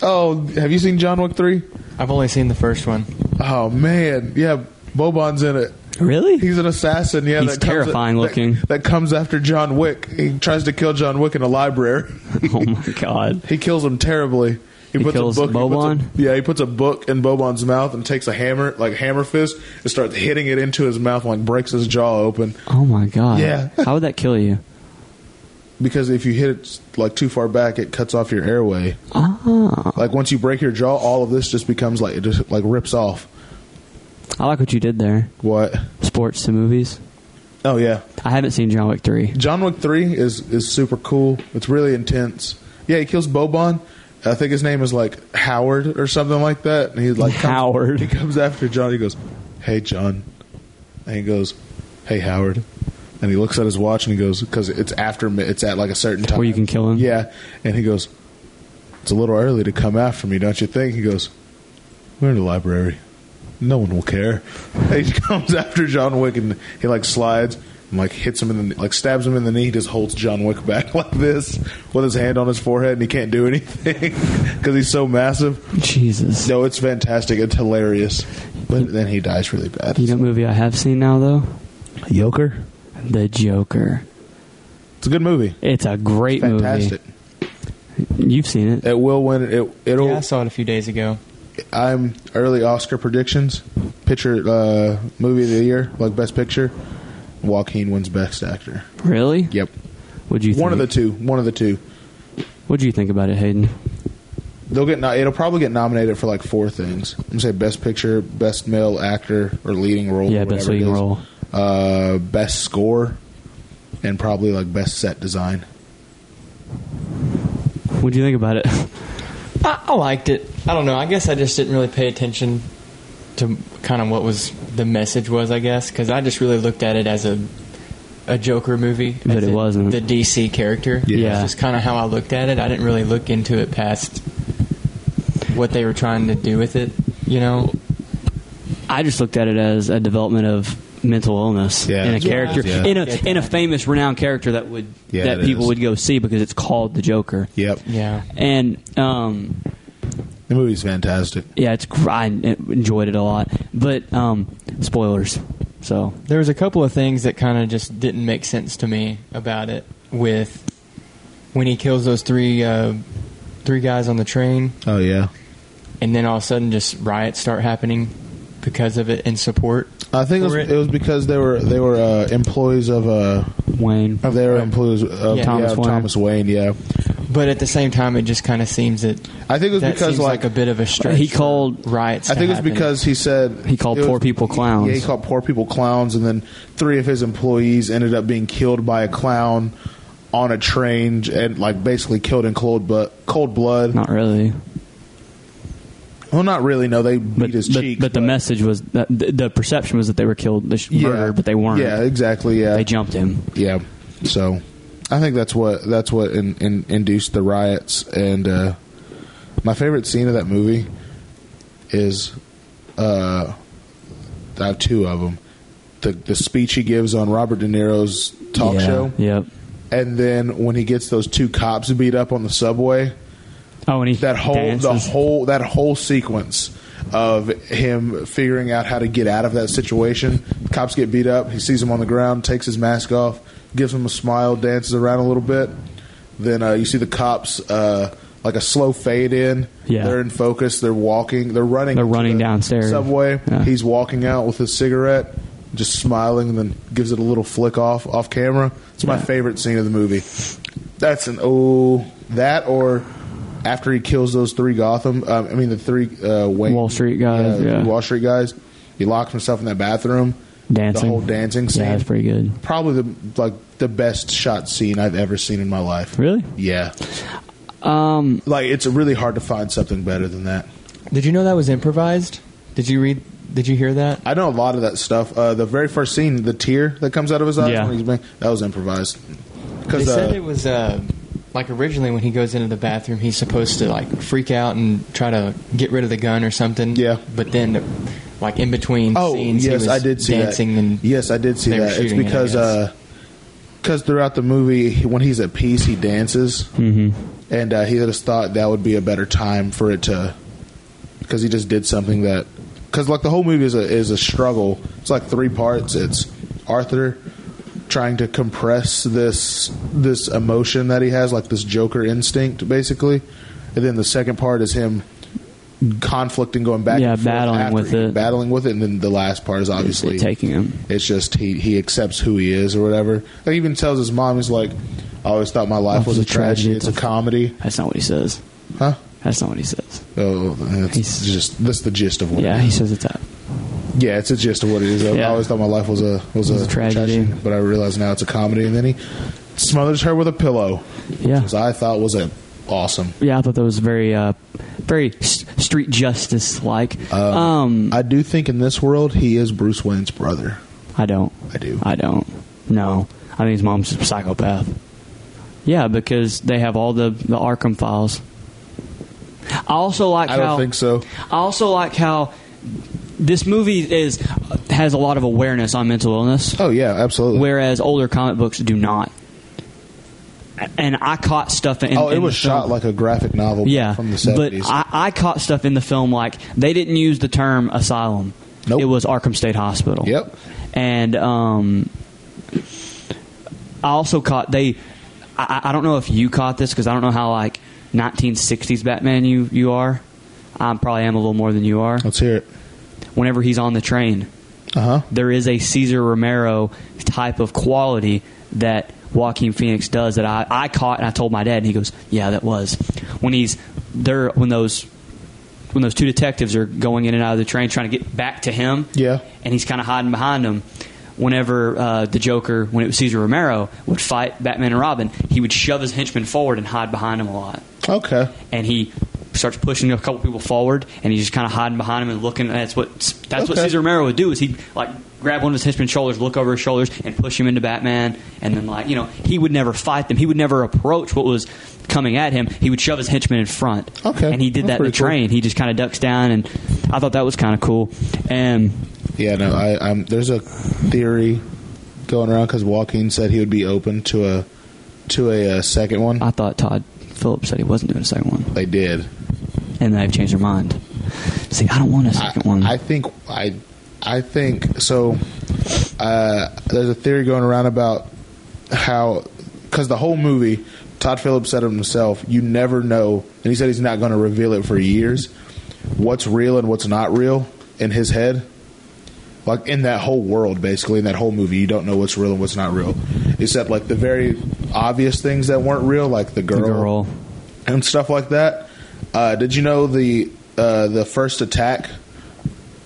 [SPEAKER 2] Oh, have you seen John Wick three?
[SPEAKER 3] I've only seen the first one.
[SPEAKER 2] Oh man, yeah. Boban's in it.
[SPEAKER 1] Really?
[SPEAKER 2] He's an assassin. Yeah,
[SPEAKER 1] He's terrifying
[SPEAKER 2] comes,
[SPEAKER 1] looking.
[SPEAKER 2] That, that comes after John Wick. He tries to kill John Wick in a library.
[SPEAKER 1] oh my God.
[SPEAKER 2] He kills him terribly.
[SPEAKER 1] He kills
[SPEAKER 2] puts a-
[SPEAKER 1] Boban?
[SPEAKER 2] yeah, he puts a book in Boban's mouth and takes a hammer, like hammer fist, and starts hitting it into his mouth, and, like breaks his jaw open.
[SPEAKER 1] Oh my God.
[SPEAKER 2] Yeah.
[SPEAKER 1] How would that kill you?
[SPEAKER 2] Because if you hit it like too far back, it cuts off your airway.
[SPEAKER 1] Ah.
[SPEAKER 2] Like once you break your jaw, all of this just becomes like it just like rips off.
[SPEAKER 1] I like what you did there.
[SPEAKER 2] What?
[SPEAKER 1] Sports to movies.
[SPEAKER 2] Oh yeah,
[SPEAKER 1] I haven't seen John Wick three.
[SPEAKER 2] John Wick three is is super cool. It's really intense. Yeah, he kills Boban. I think his name is like Howard or something like that. And he's like comes-
[SPEAKER 1] Howard.
[SPEAKER 2] he comes after John. He goes, "Hey John," and he goes, "Hey Howard," and he looks at his watch and he goes, "Because it's after mi- it's at like a certain time
[SPEAKER 1] Where you can kill him?
[SPEAKER 2] Yeah, and he goes, "It's a little early to come after me, don't you think?" He goes, "We're in the library. No one will care." And he comes after John Wick and he like slides and like hits him in the like stabs him in the knee. He just holds John Wick back like this with his hand on his forehead and he can't do anything because he's so massive.
[SPEAKER 1] Jesus.
[SPEAKER 2] No, it's fantastic. It's hilarious. But then he dies really bad.
[SPEAKER 1] You know what movie I have seen now though?
[SPEAKER 2] Joker?
[SPEAKER 1] The Joker.
[SPEAKER 2] It's a good movie.
[SPEAKER 1] It's a great
[SPEAKER 2] Fantastic.
[SPEAKER 1] movie. You've seen it.
[SPEAKER 2] It will win. It, it'll.
[SPEAKER 3] Yeah, I saw it a few days ago.
[SPEAKER 2] I'm early Oscar predictions. Picture uh, movie of the year, like best picture. Joaquin wins Best Actor.
[SPEAKER 1] Really?
[SPEAKER 2] Yep.
[SPEAKER 1] What'd you think?
[SPEAKER 2] One of the two. One of the two.
[SPEAKER 1] What'd you think about it, Hayden?
[SPEAKER 2] They'll get. No, it'll probably get nominated for like four things. I'm gonna say Best Picture, Best Male Actor or Leading Role.
[SPEAKER 1] yeah,
[SPEAKER 2] or
[SPEAKER 1] best
[SPEAKER 2] whatever it
[SPEAKER 1] leading
[SPEAKER 2] is.
[SPEAKER 1] role.
[SPEAKER 2] Uh, best Score, and probably like Best Set Design.
[SPEAKER 1] What'd you think about it?
[SPEAKER 3] I, I liked it. I don't know. I guess I just didn't really pay attention to kind of what was the message was. I guess because I just really looked at it as a a Joker movie.
[SPEAKER 1] But
[SPEAKER 3] as
[SPEAKER 1] it
[SPEAKER 3] the-
[SPEAKER 1] wasn't.
[SPEAKER 3] the DC character.
[SPEAKER 2] Yeah.
[SPEAKER 1] Yeah.
[SPEAKER 3] that's just kind of how I looked at it. I didn't really look into it past what they were trying to do with it. You know,
[SPEAKER 1] I just looked at it as a development of mental illness
[SPEAKER 2] Yeah,
[SPEAKER 1] in a
[SPEAKER 2] that's what
[SPEAKER 1] character
[SPEAKER 2] it is, yeah.
[SPEAKER 1] in a
[SPEAKER 3] Get
[SPEAKER 1] in a
[SPEAKER 3] that.
[SPEAKER 1] famous renowned character that would
[SPEAKER 2] Yeah,
[SPEAKER 1] that
[SPEAKER 2] it
[SPEAKER 1] people
[SPEAKER 2] is.
[SPEAKER 1] would go see because it's called the Joker.
[SPEAKER 2] Yep.
[SPEAKER 3] yeah.
[SPEAKER 1] And um
[SPEAKER 2] The movie's fantastic.
[SPEAKER 1] yeah, it's gr- I enjoyed it a lot. But um spoilers. So
[SPEAKER 3] There was a couple of things that kind of just didn't make sense to me about it. With when he kills those three uh, three guys on the train,
[SPEAKER 2] Oh yeah.
[SPEAKER 3] and then all of a sudden just riots start happening because of it in support.
[SPEAKER 2] I think it was,
[SPEAKER 3] For it.
[SPEAKER 2] it was because they were they were uh, employees of uh,
[SPEAKER 1] Wayne.
[SPEAKER 2] of their employees of
[SPEAKER 3] Yeah.
[SPEAKER 1] Thomas
[SPEAKER 2] Thomas,
[SPEAKER 1] Wayne.
[SPEAKER 2] Thomas Wayne. Yeah,
[SPEAKER 3] But at the same time, it just kind of seems that
[SPEAKER 2] I think it was
[SPEAKER 3] that
[SPEAKER 2] because
[SPEAKER 3] seems
[SPEAKER 2] like,
[SPEAKER 3] like, a bit of a stretch.
[SPEAKER 1] He
[SPEAKER 3] for
[SPEAKER 1] called-
[SPEAKER 3] riots.
[SPEAKER 2] I
[SPEAKER 3] to
[SPEAKER 2] think it's
[SPEAKER 3] happen.
[SPEAKER 2] because he said
[SPEAKER 1] He called
[SPEAKER 2] it
[SPEAKER 1] poor people clowns.
[SPEAKER 2] Yeah, he called poor people clowns, and then three of his employees ended up being killed by a clown on a train and like basically killed in cold blood. Cold blood.
[SPEAKER 1] Not really.
[SPEAKER 2] Well, not really. No, they beat
[SPEAKER 1] But
[SPEAKER 2] his
[SPEAKER 1] but,
[SPEAKER 2] cheek.
[SPEAKER 1] but the message was that the, the perception was that they were killed, they sh- murdered, but they weren't.
[SPEAKER 2] Yeah, exactly. Yeah,
[SPEAKER 1] They jumped him.
[SPEAKER 2] yeah. So, I think that's what that's what in, in, induced the riots. And uh, my favorite scene of that movie is uh, I have two of them. The the speech he gives on Robert De Niro's talk
[SPEAKER 1] Yeah.
[SPEAKER 2] show,
[SPEAKER 1] Yep.
[SPEAKER 2] and then when he gets those two cops beat up on the subway,
[SPEAKER 1] Oh, and he
[SPEAKER 2] that whole the
[SPEAKER 1] dances.
[SPEAKER 2] whole that whole sequence of him figuring out how to get out of that situation. Cops get beat up. He sees him on the ground, takes his mask off, gives him a smile, dances around a little bit. Then uh, you see the cops uh, like a slow fade in.
[SPEAKER 1] Yeah.
[SPEAKER 2] They're in focus. They're walking. They're running.
[SPEAKER 1] They're
[SPEAKER 2] to
[SPEAKER 1] running
[SPEAKER 2] the
[SPEAKER 1] downstairs.
[SPEAKER 2] Subway.
[SPEAKER 1] Yeah.
[SPEAKER 2] He's walking out with his cigarette, just smiling, and then gives it a little flick off off camera. It's my
[SPEAKER 1] Yeah.
[SPEAKER 2] favorite scene of the movie. That's an oh that or after he kills those three Gotham. Um, I mean the three uh, Wayne,
[SPEAKER 1] Wall Street guys, yeah.
[SPEAKER 2] Wall Street guys. He locks himself in that bathroom.
[SPEAKER 1] dancing.
[SPEAKER 2] The whole dancing scene.
[SPEAKER 1] Yeah, that's pretty good.
[SPEAKER 2] Probably the like the best shot scene I've ever seen in my life.
[SPEAKER 1] Really?
[SPEAKER 2] Yeah. Um, like it's really hard to find something better than that.
[SPEAKER 3] Did you know that was improvised? Did you read? Did you hear that?
[SPEAKER 2] I know a lot of that stuff. Uh, the very first scene, the tear that comes out of his eyes,
[SPEAKER 1] Yeah.
[SPEAKER 2] when he's been, that was improvised.
[SPEAKER 3] They
[SPEAKER 2] Because
[SPEAKER 3] said it was uh, like originally when he goes into the bathroom, he's supposed to like freak out and try to get rid of the gun or something.
[SPEAKER 2] Yeah.
[SPEAKER 3] But then, like in between
[SPEAKER 2] oh
[SPEAKER 3] scenes, he
[SPEAKER 2] yes,
[SPEAKER 3] was
[SPEAKER 2] I did see
[SPEAKER 3] dancing
[SPEAKER 2] that.
[SPEAKER 3] and
[SPEAKER 2] yes, I did see
[SPEAKER 3] they were
[SPEAKER 2] that. It's
[SPEAKER 3] shooting it, I
[SPEAKER 2] because
[SPEAKER 3] guess.
[SPEAKER 2] because throughout the movie, he- when he's at peace, he dances,
[SPEAKER 1] Mm-hmm.
[SPEAKER 2] and uh, he just thought that would be a better time for it to because he just did something that because like the whole movie is a is a struggle. It's like three parts. It's Arthur trying to compress this this emotion that he has, like this Joker instinct, basically, and then the second part is him conflicting, going back,
[SPEAKER 1] Yeah,
[SPEAKER 2] and forth
[SPEAKER 1] battling
[SPEAKER 2] after-
[SPEAKER 1] with it.
[SPEAKER 2] battling with it, and then the last part is obviously
[SPEAKER 1] taking him.
[SPEAKER 2] it's just he he accepts who he is or whatever. Like he even tells his mom, he's like, "I always thought my life was a tragedy. It's a comedy,
[SPEAKER 1] That's not what he says.
[SPEAKER 2] huh?"
[SPEAKER 1] That's not what he says.
[SPEAKER 2] Oh, that's
[SPEAKER 1] He's-
[SPEAKER 2] just that's the gist of what.
[SPEAKER 1] Yeah,
[SPEAKER 2] it
[SPEAKER 1] he
[SPEAKER 2] is.
[SPEAKER 1] says it's up.
[SPEAKER 2] yeah, it's the gist of what it is. I-
[SPEAKER 1] Yeah.
[SPEAKER 2] I always thought my life was a was,
[SPEAKER 1] was
[SPEAKER 2] a,
[SPEAKER 1] a tragedy.
[SPEAKER 2] tragedy, but I realize now it's a comedy. And then he smothers her with a pillow,
[SPEAKER 1] Yeah.
[SPEAKER 2] which I thought was a awesome.
[SPEAKER 1] Yeah, I thought that was very, uh, very s- street justice like. um,
[SPEAKER 2] I do think in this world he is Bruce Wayne's brother.
[SPEAKER 1] I don't.
[SPEAKER 2] I do.
[SPEAKER 1] I don't. No, I think his mom's a psychopath. Yeah, because they have all the the Arkham files. I also like
[SPEAKER 2] I
[SPEAKER 1] how
[SPEAKER 2] don't think so.
[SPEAKER 1] I also like how this movie is has a lot of awareness on mental illness.
[SPEAKER 2] Oh yeah, absolutely.
[SPEAKER 1] whereas older comic books do not. And I caught stuff in.
[SPEAKER 2] oh,
[SPEAKER 1] in
[SPEAKER 2] it
[SPEAKER 1] the
[SPEAKER 2] was shot
[SPEAKER 1] film.
[SPEAKER 2] like a graphic novel.
[SPEAKER 1] yeah,
[SPEAKER 2] from the
[SPEAKER 1] but
[SPEAKER 2] seventies.
[SPEAKER 1] I, I caught stuff in the film like they didn't use the term asylum.
[SPEAKER 2] Nope.
[SPEAKER 1] It was Arkham State Hospital.
[SPEAKER 2] Yep.
[SPEAKER 1] And um, I also caught they. I, I don't know if you caught this because I don't know how like 1960s Batman you you are. I probably am a little more than you are
[SPEAKER 2] Let's hear it.
[SPEAKER 1] whenever he's on the train
[SPEAKER 2] Uh-huh.
[SPEAKER 1] There is a Caesar Romero type of quality that Joaquin Phoenix does that I, I caught and I told my dad and he goes, "Yeah, that was." When he's there when those when those two detectives are going in and out of the train trying to get back to him.
[SPEAKER 2] Yeah.
[SPEAKER 1] And he's kind of hiding behind them. Whenever uh, the Joker, when it was Caesar Romero, would fight Batman and Robin, he would shove his henchman forward and hide behind him a lot
[SPEAKER 2] Okay.
[SPEAKER 1] and he starts pushing a couple people forward, and he's just kind of hiding behind him and looking. And that's what that's what
[SPEAKER 2] Okay.
[SPEAKER 1] Caesar Romero would do is he would like grab one of his henchman's shoulders, look over his shoulders, and push him into Batman, and then like you know he would never fight them. He would never approach what was coming at him. He would shove his henchman in front.
[SPEAKER 2] Okay.
[SPEAKER 1] and he did
[SPEAKER 2] That's
[SPEAKER 1] that in the
[SPEAKER 2] pretty cool.
[SPEAKER 1] train. He just kind of ducks down, and I thought that was kind of cool. And
[SPEAKER 2] Yeah, no, I, I'm, there's a theory going around because Joaquin said he would be open to a to a, uh second one.
[SPEAKER 1] I thought Todd Phillips said he wasn't doing a second one,
[SPEAKER 2] they did.
[SPEAKER 1] and they've changed their mind. See, I don't want a second one.
[SPEAKER 2] I think I I think so. Uh, there's a theory going around about how because the whole movie, Todd Phillips said it himself. You never know, and he said he's not going to reveal it for years. What's real and what's not real in his head, like in that whole world, basically in that whole movie, you don't know what's real and what's not real, except like the very obvious things that weren't real, like
[SPEAKER 1] the girl.
[SPEAKER 2] and stuff like that. Uh, did you know the uh, the first attack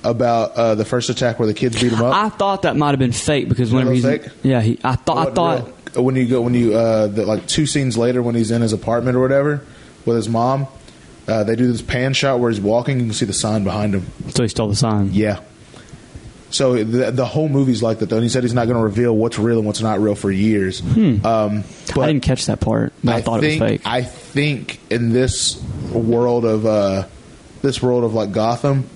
[SPEAKER 2] about uh, the first attack where the kids beat him up?
[SPEAKER 1] I thought that might have been fake because
[SPEAKER 2] You know
[SPEAKER 1] whenever he's
[SPEAKER 2] that was fake?
[SPEAKER 1] yeah, he, I thought I
[SPEAKER 2] Wasn't
[SPEAKER 1] thought
[SPEAKER 2] real. when you go when you uh, the, like two scenes later when he's in his apartment or whatever with his mom, uh, they do this pan shot where he's walking. You can see the sign behind him.
[SPEAKER 1] so he stole the sign.
[SPEAKER 2] Yeah. So the, the whole movie's like that though. And he said he's not going to reveal what's real and what's not real for years. Um, but
[SPEAKER 1] Hmm. I didn't catch that part. But I, thought it
[SPEAKER 2] think,
[SPEAKER 1] was fake.
[SPEAKER 2] I think in this world of uh, this world of like Gotham,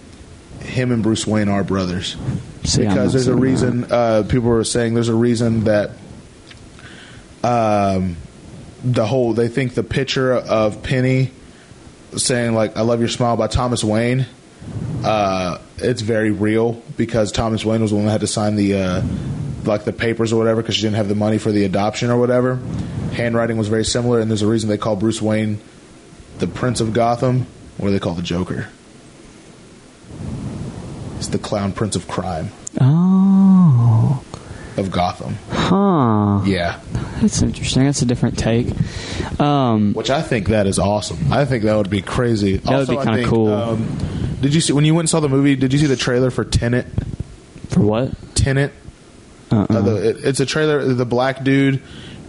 [SPEAKER 2] him and Bruce Wayne are brothers
[SPEAKER 1] See, I'm not
[SPEAKER 2] because there's a
[SPEAKER 1] seeing that.
[SPEAKER 2] reason uh, people were saying there's a reason that um, the whole they think the picture of Penny saying like "I love your smile" by Thomas Wayne. Uh, it's very real because Thomas Wayne was the one that had to sign the uh, like the papers or whatever because she didn't have the money for the adoption or whatever. Handwriting was very similar, and there's a reason they call Bruce Wayne the Prince of Gotham, or they call the Joker. It's the Clown Prince of Crime
[SPEAKER 1] Oh,
[SPEAKER 2] of Gotham.
[SPEAKER 1] huh.
[SPEAKER 2] Yeah,
[SPEAKER 1] That's interesting. That's a different take. Um,
[SPEAKER 2] which I think that is awesome. I think that would be crazy. That
[SPEAKER 1] would be kinda cool.
[SPEAKER 2] Um, did you see when you went and saw the movie? Did you see the trailer for Tenant?
[SPEAKER 1] for what?
[SPEAKER 2] Tenant.
[SPEAKER 1] Uh-uh.
[SPEAKER 2] Uh, the, it, it's a trailer. The black dude,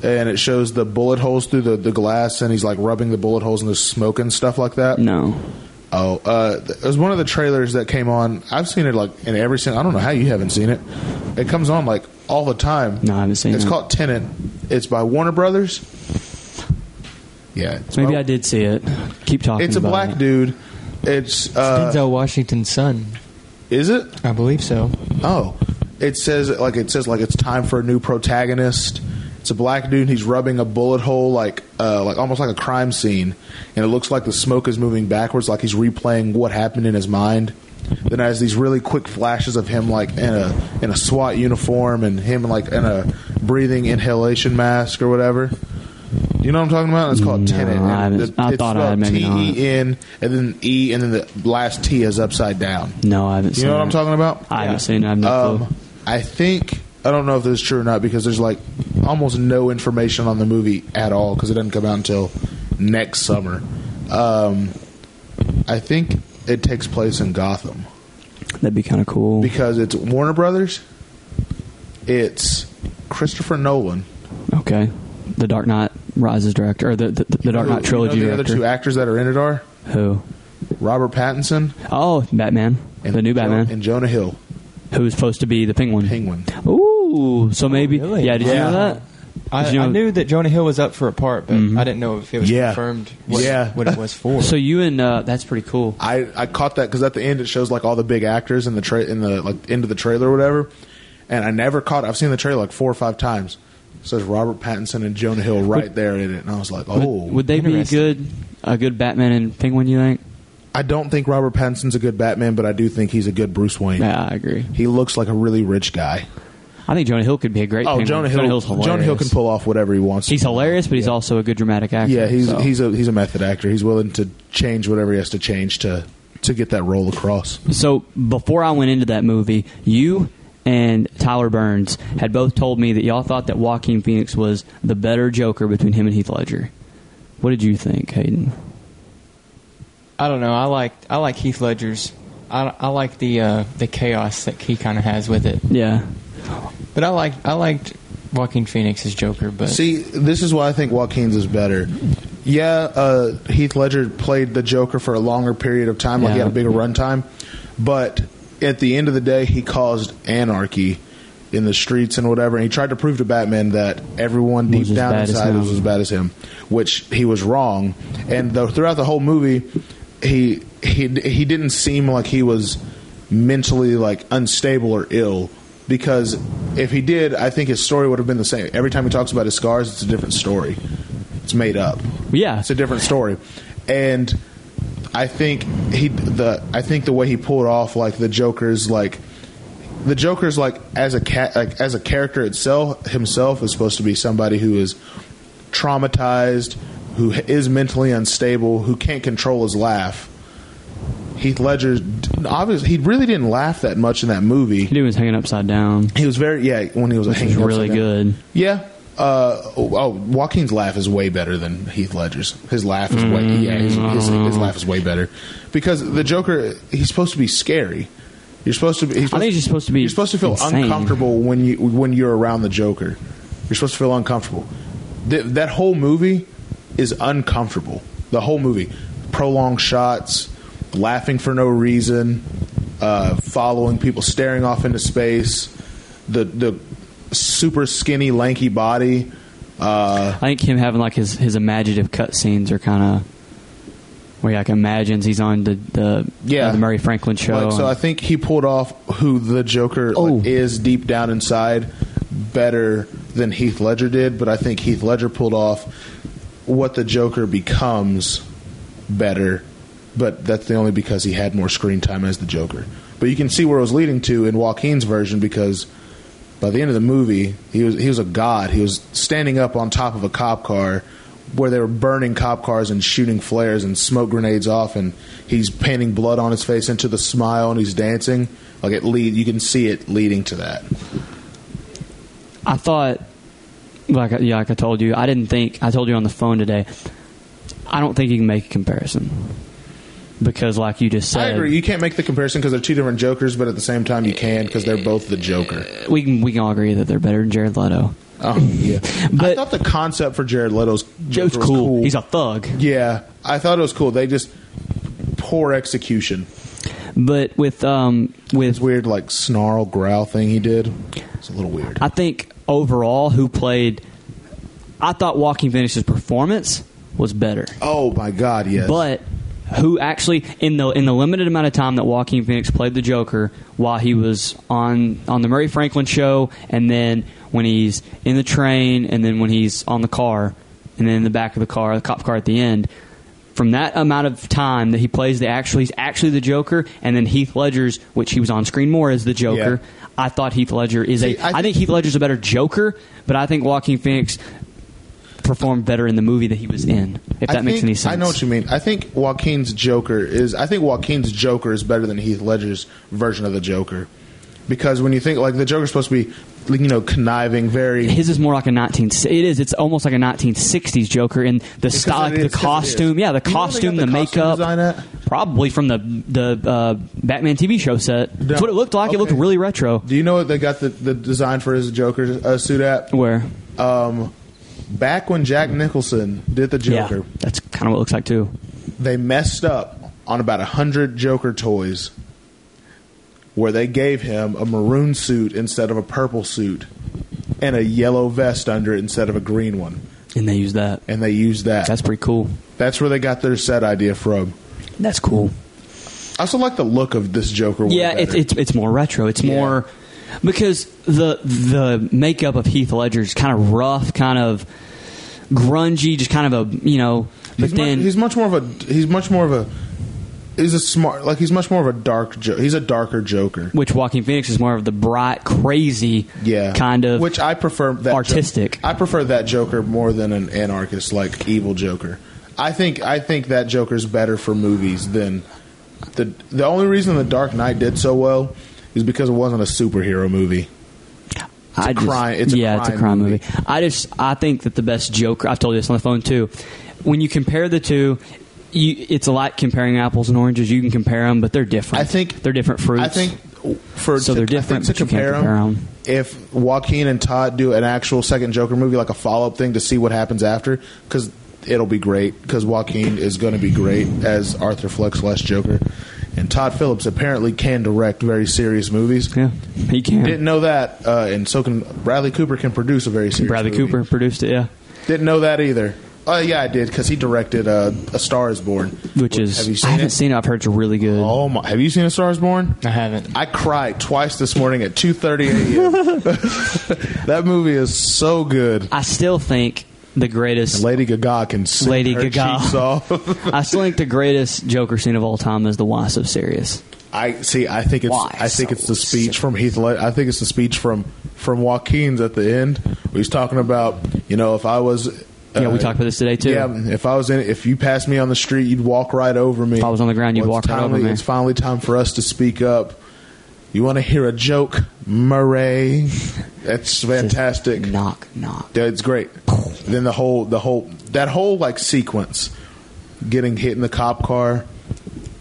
[SPEAKER 2] and it shows the bullet holes through the, the glass, and he's like rubbing the bullet holes, and there's smoke and stuff like that.
[SPEAKER 1] no,
[SPEAKER 2] Oh, uh, th- it was one of the trailers that came on. I've seen it like in every single. I don't know how you haven't seen it. It comes on like all the time.
[SPEAKER 1] No, I haven't seen
[SPEAKER 2] It's
[SPEAKER 1] it.
[SPEAKER 2] called Tenant. It's by Warner Brothers. Yeah, it's
[SPEAKER 1] maybe
[SPEAKER 2] by-
[SPEAKER 1] I did see it. Keep talking.
[SPEAKER 2] It's a
[SPEAKER 1] about
[SPEAKER 2] black
[SPEAKER 1] it.
[SPEAKER 2] dude. It's uh,
[SPEAKER 3] Denzel Washington's son,
[SPEAKER 2] is it?
[SPEAKER 3] I believe so.
[SPEAKER 2] Oh, it says like it says like it's time for a new protagonist. It's a black dude. He's rubbing a bullet hole like uh, like almost like a crime scene, and it looks like the smoke is moving backwards, like he's replaying what happened in his mind. Then it has these really quick flashes of him like in a in a SWAT uniform and him like in a breathing inhalation mask or whatever. You know what I'm talking about? It's called
[SPEAKER 1] No,
[SPEAKER 2] Tenet.
[SPEAKER 1] I haven't- I
[SPEAKER 2] it's
[SPEAKER 1] thought I had
[SPEAKER 2] spelled
[SPEAKER 1] maybe not.
[SPEAKER 2] T E N and then E and then the last T is upside down.
[SPEAKER 1] No, I haven't.
[SPEAKER 2] You
[SPEAKER 1] seen
[SPEAKER 2] know what
[SPEAKER 1] it.
[SPEAKER 2] I'm talking about?
[SPEAKER 1] I haven't seen it. I have no clue.
[SPEAKER 2] Um, I think I don't know if this is true or not because there's like almost no information on the movie at all because it doesn't come out until next summer. Um, I think it takes place in Gotham
[SPEAKER 1] That'd be kind of cool.
[SPEAKER 2] because it's Warner Brothers, it's Christopher Nolan,
[SPEAKER 1] okay, the Dark Knight Rises director or the the, the Dark
[SPEAKER 2] You know-
[SPEAKER 1] Knight trilogy
[SPEAKER 2] You know the
[SPEAKER 1] director.
[SPEAKER 2] other two actors that are in it are
[SPEAKER 1] Who?
[SPEAKER 2] Robert Pattinson
[SPEAKER 1] Oh, Batman, the new
[SPEAKER 2] Jo-
[SPEAKER 1] Batman,
[SPEAKER 2] and Jonah Hill,
[SPEAKER 1] who's supposed to be the Penguin.
[SPEAKER 2] Penguin.
[SPEAKER 1] Ooh, so maybe.
[SPEAKER 3] really?
[SPEAKER 1] Yeah, did you
[SPEAKER 2] Oh, Yeah.
[SPEAKER 1] know that?
[SPEAKER 3] I,
[SPEAKER 1] Did you
[SPEAKER 3] I
[SPEAKER 1] know- Mm-hmm.
[SPEAKER 3] knew that Jonah Hill was up for a part, but I didn't know if it was
[SPEAKER 2] Yeah.
[SPEAKER 3] confirmed what,
[SPEAKER 2] Yeah.
[SPEAKER 3] what it was for.
[SPEAKER 1] So you and uh, that's pretty cool.
[SPEAKER 2] I, I caught that because at the end it shows like all the big actors in the tra- in the like end of the trailer or whatever, and I never caught. I've seen the trailer like four or five times. It says Robert Pattinson and Jonah Hill right there in it, and I was like,
[SPEAKER 1] Would,
[SPEAKER 2] oh,
[SPEAKER 1] would they be
[SPEAKER 3] interesting.
[SPEAKER 1] good? A good Batman and Penguin, you think?
[SPEAKER 2] I don't think Robert Pattinson's a good Batman, but I do think he's a good Bruce Wayne.
[SPEAKER 1] Yeah, I agree.
[SPEAKER 2] He looks like a really rich guy.
[SPEAKER 1] I think Jonah Hill could be a great.
[SPEAKER 2] Oh,
[SPEAKER 1] Penguin.
[SPEAKER 2] Jonah Hill!
[SPEAKER 1] Hill's hilarious.
[SPEAKER 2] Jonah Hill can pull off whatever he wants.
[SPEAKER 1] He's hilarious, but he's also a good dramatic actor.
[SPEAKER 2] yeah, he's
[SPEAKER 1] so.
[SPEAKER 2] he's a he's a method actor. He's willing to change whatever he has to change to to get that role across.
[SPEAKER 1] So before I went into that movie, you and Tyler Burns had both told me that y'all thought that Joaquin Phoenix was the better Joker between him and Heath Ledger. What did you think, Hayden?
[SPEAKER 3] I don't know. I like I like Heath Ledger's. I, I like the uh, the chaos that he kind of has with it.
[SPEAKER 1] Yeah,
[SPEAKER 3] But I like I liked Joaquin Phoenix's Joker. But
[SPEAKER 2] See, this is why I think Joaquin's is better. Yeah, uh, Heath Ledger played the Joker for a longer period of time, like he
[SPEAKER 1] Yeah.
[SPEAKER 2] had a bigger runtime. But at the end of the day, he caused anarchy in the streets and whatever. And he tried to prove to Batman that everyone
[SPEAKER 1] Was
[SPEAKER 2] deep
[SPEAKER 1] as
[SPEAKER 2] down
[SPEAKER 1] bad as
[SPEAKER 2] inside was
[SPEAKER 1] him.
[SPEAKER 2] as bad as him, which he was wrong. And though throughout the whole movie, he he he didn't seem like he was mentally like unstable or ill because if he did, I think his story would have been the same. Every time he talks about his scars, it's a different story. It's made up.
[SPEAKER 1] yeah.
[SPEAKER 2] It's a different story. And I think he the I think the way he pulled off like the Joker's like the Joker's like as a cat like as a character itself himself is supposed to be somebody who is traumatized, who is mentally unstable, who can't control his laugh. Heath Ledger's obviously he really didn't laugh that much in that movie.
[SPEAKER 1] he was hanging upside down.
[SPEAKER 2] He was very yeah when he was
[SPEAKER 1] Which
[SPEAKER 2] hanging
[SPEAKER 1] was really
[SPEAKER 2] upside down.
[SPEAKER 1] good.
[SPEAKER 2] Yeah. Uh, oh, oh, Joaquin's laugh is way better than Heath Ledger's. His laugh is way yeah, his, his, his laugh is way better because the Joker he's supposed to be scary. You're supposed to be. He's
[SPEAKER 1] I think he's supposed to be
[SPEAKER 2] You're supposed to feel
[SPEAKER 1] insane.
[SPEAKER 2] uncomfortable when you when you're around the Joker. You're supposed to feel uncomfortable. Th- that whole movie is uncomfortable. The whole movie, prolonged shots, laughing for no reason, uh, following people, staring off into space, the the super skinny, lanky body. Uh,
[SPEAKER 1] I think him having like his his imaginative cutscenes are kind of where he like imagines he's on the the,
[SPEAKER 2] Yeah.
[SPEAKER 1] the Murray Franklin show.
[SPEAKER 2] Like, so I think he pulled off who the Joker
[SPEAKER 1] Oh.
[SPEAKER 2] like, is deep down inside better than Heath Ledger did, but I think Heath Ledger pulled off what the Joker becomes better, but that's the only because he had more screen time as the Joker. But you can see where it was leading to in Joaquin's version because by the end of the movie, he was he was a god. He was standing up on top of a cop car where they were burning cop cars and shooting flares and smoke grenades off, and he's painting blood on his face into the smile, and he's dancing. Like it lead, you can see it leading to that.
[SPEAKER 1] I thought, like I- yeah, like I told you, I didn't think. I told you on the phone today. I don't think you can make a comparison because, like you just said,
[SPEAKER 2] I agree. You can't make the comparison because they're two different Jokers, but at the same time, you can because they're both the Joker.
[SPEAKER 1] we can we can all agree that they're better than Jared Leto.
[SPEAKER 2] Oh yeah, I
[SPEAKER 1] But-
[SPEAKER 2] thought the concept for Jared Leto's Joker
[SPEAKER 1] Joe's
[SPEAKER 2] was
[SPEAKER 1] cool. He's a thug.
[SPEAKER 2] yeah. I thought it was cool. They just poor execution.
[SPEAKER 1] But with um
[SPEAKER 2] His
[SPEAKER 1] with
[SPEAKER 2] weird like snarl growl thing he did. It's a little weird.
[SPEAKER 1] I think overall who played, I thought Walking Phoenix's performance was better.
[SPEAKER 2] Oh my God! Yes,
[SPEAKER 1] But who actually in the in the limited amount of time that Joaquin Phoenix played the Joker while he was on on the Murray Franklin show, and then when he's in the train, and then when he's on the car, and then in the back of the car, the cop car at the end. From that amount of time that he plays the actually he's actually the Joker, and then Heath Ledger's, which he was on screen more as the Joker.
[SPEAKER 2] Yeah.
[SPEAKER 1] I thought Heath Ledger is
[SPEAKER 2] See,
[SPEAKER 1] a.
[SPEAKER 2] I
[SPEAKER 1] I think Heath Ledger's a better Joker, but I think Joaquin Phoenix performed better in the movie that he was in. If that
[SPEAKER 2] I
[SPEAKER 1] makes
[SPEAKER 2] think-
[SPEAKER 1] any sense,
[SPEAKER 2] I know what you mean. I think Joaquin's Joker is. I think Joaquin's Joker is better than Heath Ledger's version of the Joker, because when you think like the Joker's supposed to be, like, you know, conniving, very
[SPEAKER 1] his is more like a 19 it is it's almost like a 1960s joker in the
[SPEAKER 2] Because
[SPEAKER 1] style
[SPEAKER 2] it
[SPEAKER 1] like
[SPEAKER 2] is-
[SPEAKER 1] the
[SPEAKER 2] because it
[SPEAKER 1] costume
[SPEAKER 2] is.
[SPEAKER 1] yeah the
[SPEAKER 2] You know where they got
[SPEAKER 1] costume
[SPEAKER 2] the
[SPEAKER 1] the,
[SPEAKER 2] costume
[SPEAKER 1] makeup
[SPEAKER 2] design at?
[SPEAKER 1] probably from the the uh, batman tv show set that's what it looked like it looked
[SPEAKER 2] Okay.
[SPEAKER 1] really retro
[SPEAKER 2] Do you know what they got the, the design for his Joker uh, suit at?
[SPEAKER 1] where
[SPEAKER 2] Um, back when Jack Nicholson did the Joker,
[SPEAKER 1] yeah that's kind of what it looks like too
[SPEAKER 2] they messed up on about a hundred Joker toys, where they gave him a maroon suit instead of a purple suit, and a yellow vest under it instead of a green one,
[SPEAKER 1] and they use that
[SPEAKER 2] and they used that.
[SPEAKER 1] that's pretty cool
[SPEAKER 2] That's where they got their set idea from.
[SPEAKER 1] that's cool
[SPEAKER 2] I also like the look of this Joker. way
[SPEAKER 1] yeah it's,
[SPEAKER 2] better.
[SPEAKER 1] it's it's more retro it's
[SPEAKER 2] Yeah.
[SPEAKER 1] more because the the makeup of heath ledger is kind of rough kind of grungy just kind of a you know but
[SPEAKER 2] he's,
[SPEAKER 1] then
[SPEAKER 2] much, he's much more of a he's much more of a he's a smart like he's much more of a dark jo- he's a darker Joker.
[SPEAKER 1] which Walking Phoenix is more of the bright, crazy,
[SPEAKER 2] Yeah,
[SPEAKER 1] kind of.
[SPEAKER 2] which I prefer that Jo-
[SPEAKER 1] artistic.
[SPEAKER 2] I prefer that Joker more than an anarchist like evil Joker. I think I think that Joker's better for movies than the the only reason the Dark Knight did so well is because it wasn't a superhero movie.
[SPEAKER 1] I just-
[SPEAKER 2] crime- it's a
[SPEAKER 1] yeah, it's a
[SPEAKER 2] crime
[SPEAKER 1] crime movie.
[SPEAKER 2] movie.
[SPEAKER 1] I just I think that the best Joker. I've told you this on the phone too. When you compare the two, you, it's like comparing apples and oranges. You can compare them, but they're different.
[SPEAKER 2] I think-
[SPEAKER 1] they're different fruits.
[SPEAKER 2] I think for
[SPEAKER 1] So
[SPEAKER 2] to,
[SPEAKER 1] they're
[SPEAKER 2] I think
[SPEAKER 1] different,
[SPEAKER 2] to
[SPEAKER 1] but you can't
[SPEAKER 2] compare 'em,
[SPEAKER 1] compare 'em.
[SPEAKER 2] If Joaquin and Todd do an actual second Joker movie, like a follow up thing, to see what happens after, because it'll be great. Because Joaquin is going to be great as Arthur Fleck slash Joker, and Todd Phillips apparently can direct very serious movies.
[SPEAKER 1] yeah, he can.
[SPEAKER 2] Didn't know that, uh, and so can Bradley Cooper can produce a very serious.
[SPEAKER 1] Bradley
[SPEAKER 2] movie.
[SPEAKER 1] Cooper produced it. Yeah,
[SPEAKER 2] didn't know that either. Oh yeah, I did because he directed uh, A Star Is Born,
[SPEAKER 1] which is
[SPEAKER 2] have you seen
[SPEAKER 1] I haven't
[SPEAKER 2] it?
[SPEAKER 1] seen it. I've heard it's really good.
[SPEAKER 2] Oh my! Have you seen A Star Is Born?
[SPEAKER 3] I haven't.
[SPEAKER 2] I cried twice this morning at 2:30 a.m. that movie is so good.
[SPEAKER 1] I still think the greatest.
[SPEAKER 2] Lady Gaga can sing
[SPEAKER 1] Lady
[SPEAKER 2] her
[SPEAKER 1] Gaga.
[SPEAKER 2] cheeks off.
[SPEAKER 1] I still think the greatest Joker scene of all time is the Why So Serious.
[SPEAKER 2] I see. I think it's.
[SPEAKER 1] Why
[SPEAKER 2] I think
[SPEAKER 1] so
[SPEAKER 2] it's the speech from Heath. Led- I think it's the speech from from Joaquin's at the end. Where he's talking about you know if I was.
[SPEAKER 1] Yeah, we talked about this today, too.
[SPEAKER 2] Uh, Yeah, if I was in, if you passed me on the street, you'd walk right over me.
[SPEAKER 1] If I was on the ground, you'd
[SPEAKER 2] Well, it's
[SPEAKER 1] walk right over
[SPEAKER 2] timely-
[SPEAKER 1] me.
[SPEAKER 2] It's finally time for us to speak up. You want to hear a joke, Murray? That's fantastic.
[SPEAKER 1] Knock, knock.
[SPEAKER 2] Yeah, it's great. Then the whole the whole that whole like sequence, getting hit in the cop car,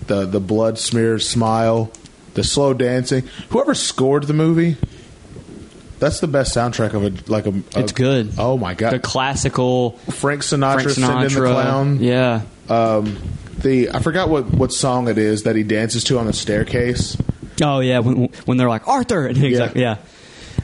[SPEAKER 2] the the blood smear smile, the slow dancing. Whoever scored the movie, that's the best soundtrack of a like a. a-
[SPEAKER 1] It's good.
[SPEAKER 2] Oh my god,
[SPEAKER 1] The classical
[SPEAKER 2] Frank Sinatra,
[SPEAKER 1] Frank
[SPEAKER 2] Send in
[SPEAKER 1] Sinatra.
[SPEAKER 2] the clown.
[SPEAKER 1] Yeah.
[SPEAKER 2] Um, the I forgot what what song it is that he dances to on the staircase.
[SPEAKER 1] Oh yeah. When, when they're like Arthur, and he's
[SPEAKER 2] Yeah.
[SPEAKER 1] like, yeah.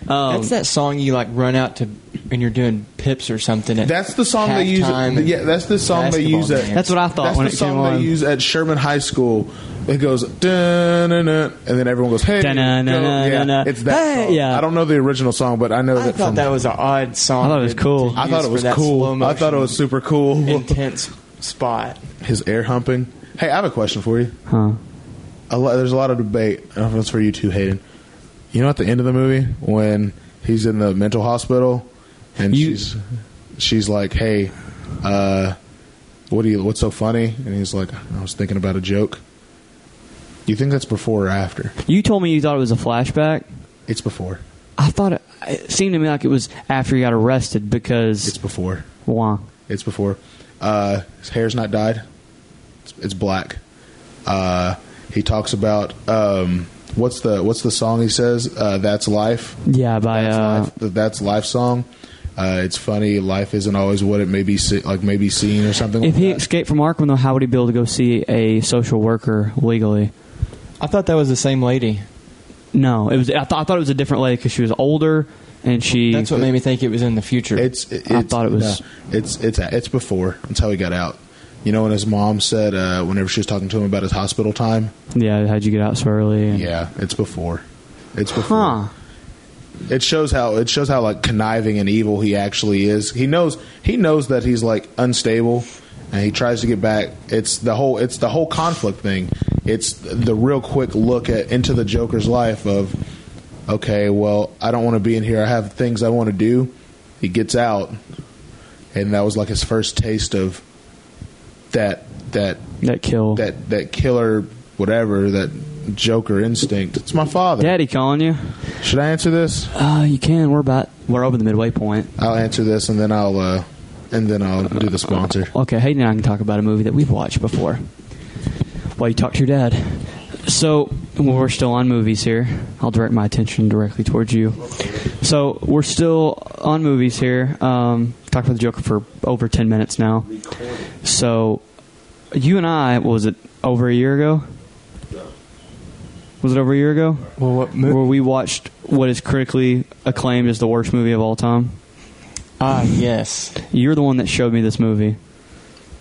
[SPEAKER 1] Um,
[SPEAKER 3] That's that song you like run out to when you're doing pips or something. At
[SPEAKER 2] That's the song they use.
[SPEAKER 3] halftime and
[SPEAKER 2] Yeah, that's the song they
[SPEAKER 3] basketball
[SPEAKER 2] use. At,
[SPEAKER 3] games.
[SPEAKER 1] That's what I thought
[SPEAKER 2] That's
[SPEAKER 1] when
[SPEAKER 2] the
[SPEAKER 1] it
[SPEAKER 2] song
[SPEAKER 1] came
[SPEAKER 2] they
[SPEAKER 1] on.
[SPEAKER 2] use at Sherman High School. It goes dun, dun, dun, and then everyone goes hey.
[SPEAKER 1] Dun, dun,
[SPEAKER 2] go."
[SPEAKER 1] dun, dun,
[SPEAKER 2] yeah,
[SPEAKER 1] dun, dun.
[SPEAKER 2] it's that.
[SPEAKER 1] Hey,
[SPEAKER 2] song.
[SPEAKER 1] yeah.
[SPEAKER 2] I don't know the original song, but I know
[SPEAKER 3] I
[SPEAKER 2] that.
[SPEAKER 3] thought
[SPEAKER 2] from,
[SPEAKER 3] that was an odd song.
[SPEAKER 1] I thought it was
[SPEAKER 3] to-
[SPEAKER 1] cool.
[SPEAKER 3] to
[SPEAKER 2] I thought
[SPEAKER 3] use
[SPEAKER 2] it
[SPEAKER 3] for
[SPEAKER 2] was
[SPEAKER 3] that
[SPEAKER 2] cool.
[SPEAKER 3] slow
[SPEAKER 2] I thought it
[SPEAKER 3] motion,
[SPEAKER 2] was super cool.
[SPEAKER 3] intense spot.
[SPEAKER 2] His air humping. Hey, I have a question for you.
[SPEAKER 1] huh.
[SPEAKER 2] a lot, there's a lot of debate. I don't know if it's for you too, Hayden. You know, at the end of the movie when he's in the mental hospital and
[SPEAKER 1] You-
[SPEAKER 2] she's she's like, "Hey, uh, what do you? What's so funny?" And he's like, "I was thinking about a joke." You think that's before or after?
[SPEAKER 1] You told me you thought it was a flashback.
[SPEAKER 2] It's before.
[SPEAKER 1] I thought it, it seemed to me like it was after he got arrested
[SPEAKER 2] It's
[SPEAKER 1] because
[SPEAKER 2] before.
[SPEAKER 1] why?
[SPEAKER 2] It's before. Uh, his hair's not dyed. It's, it's black. Uh, he talks about um, what's the what's the song he says? Uh, that's life.
[SPEAKER 1] Yeah, by
[SPEAKER 2] that's
[SPEAKER 1] uh,
[SPEAKER 2] life, th- that's life song. Uh, it's funny. Life isn't always what it may be, se- like maybe seen or something.
[SPEAKER 1] if
[SPEAKER 2] like
[SPEAKER 1] he
[SPEAKER 2] that.
[SPEAKER 1] escaped from Arkham, though, how would he be able to go see a social worker legally?
[SPEAKER 3] I thought that was the same lady.
[SPEAKER 1] No, it was. I, thought I thought it was a different lady because she was older and she.
[SPEAKER 3] That's what made me think it was in the future.
[SPEAKER 2] it's, it's,
[SPEAKER 1] I thought it was-
[SPEAKER 2] no, it's it's it's before. That's how he got out. You know, when his mom said uh, whenever she was talking to him about his hospital time.
[SPEAKER 1] yeah, how'd you get out so early? And,
[SPEAKER 2] Yeah, it's before. It's before.
[SPEAKER 1] Huh.
[SPEAKER 2] It shows how it shows how like conniving and evil he actually is. He knows he knows that he's like unstable, and he tries to get back. It's the whole it's the whole conflict thing. It's the real quick look at into the Joker's life of okay, well, I don't want to be in here. I have things I want to do. He gets out, and that was like his first taste of that that
[SPEAKER 1] That kill.
[SPEAKER 2] that that killer whatever that Joker instinct. It's my father.
[SPEAKER 1] Daddy calling you.
[SPEAKER 2] Should I answer this?
[SPEAKER 1] Uh, you can. We're about. We're over the midway point.
[SPEAKER 2] I'll answer this and then I'll uh, and then I'll do the sponsor.
[SPEAKER 1] Okay, Hayden and I can talk about a movie that we've watched before. While you talk to your dad. So, well, we're still on movies here. I'll direct my attention directly towards you. So, we're still on movies here. Um, talked about the Joker for over 10 minutes now. So, you and I, what was it, over a year ago? Was it over a year ago?
[SPEAKER 3] well, what
[SPEAKER 1] Where
[SPEAKER 3] movie?
[SPEAKER 1] we watched what is critically acclaimed as the worst movie of all time?
[SPEAKER 3] Ah, yes.
[SPEAKER 1] You're the one that showed me this movie.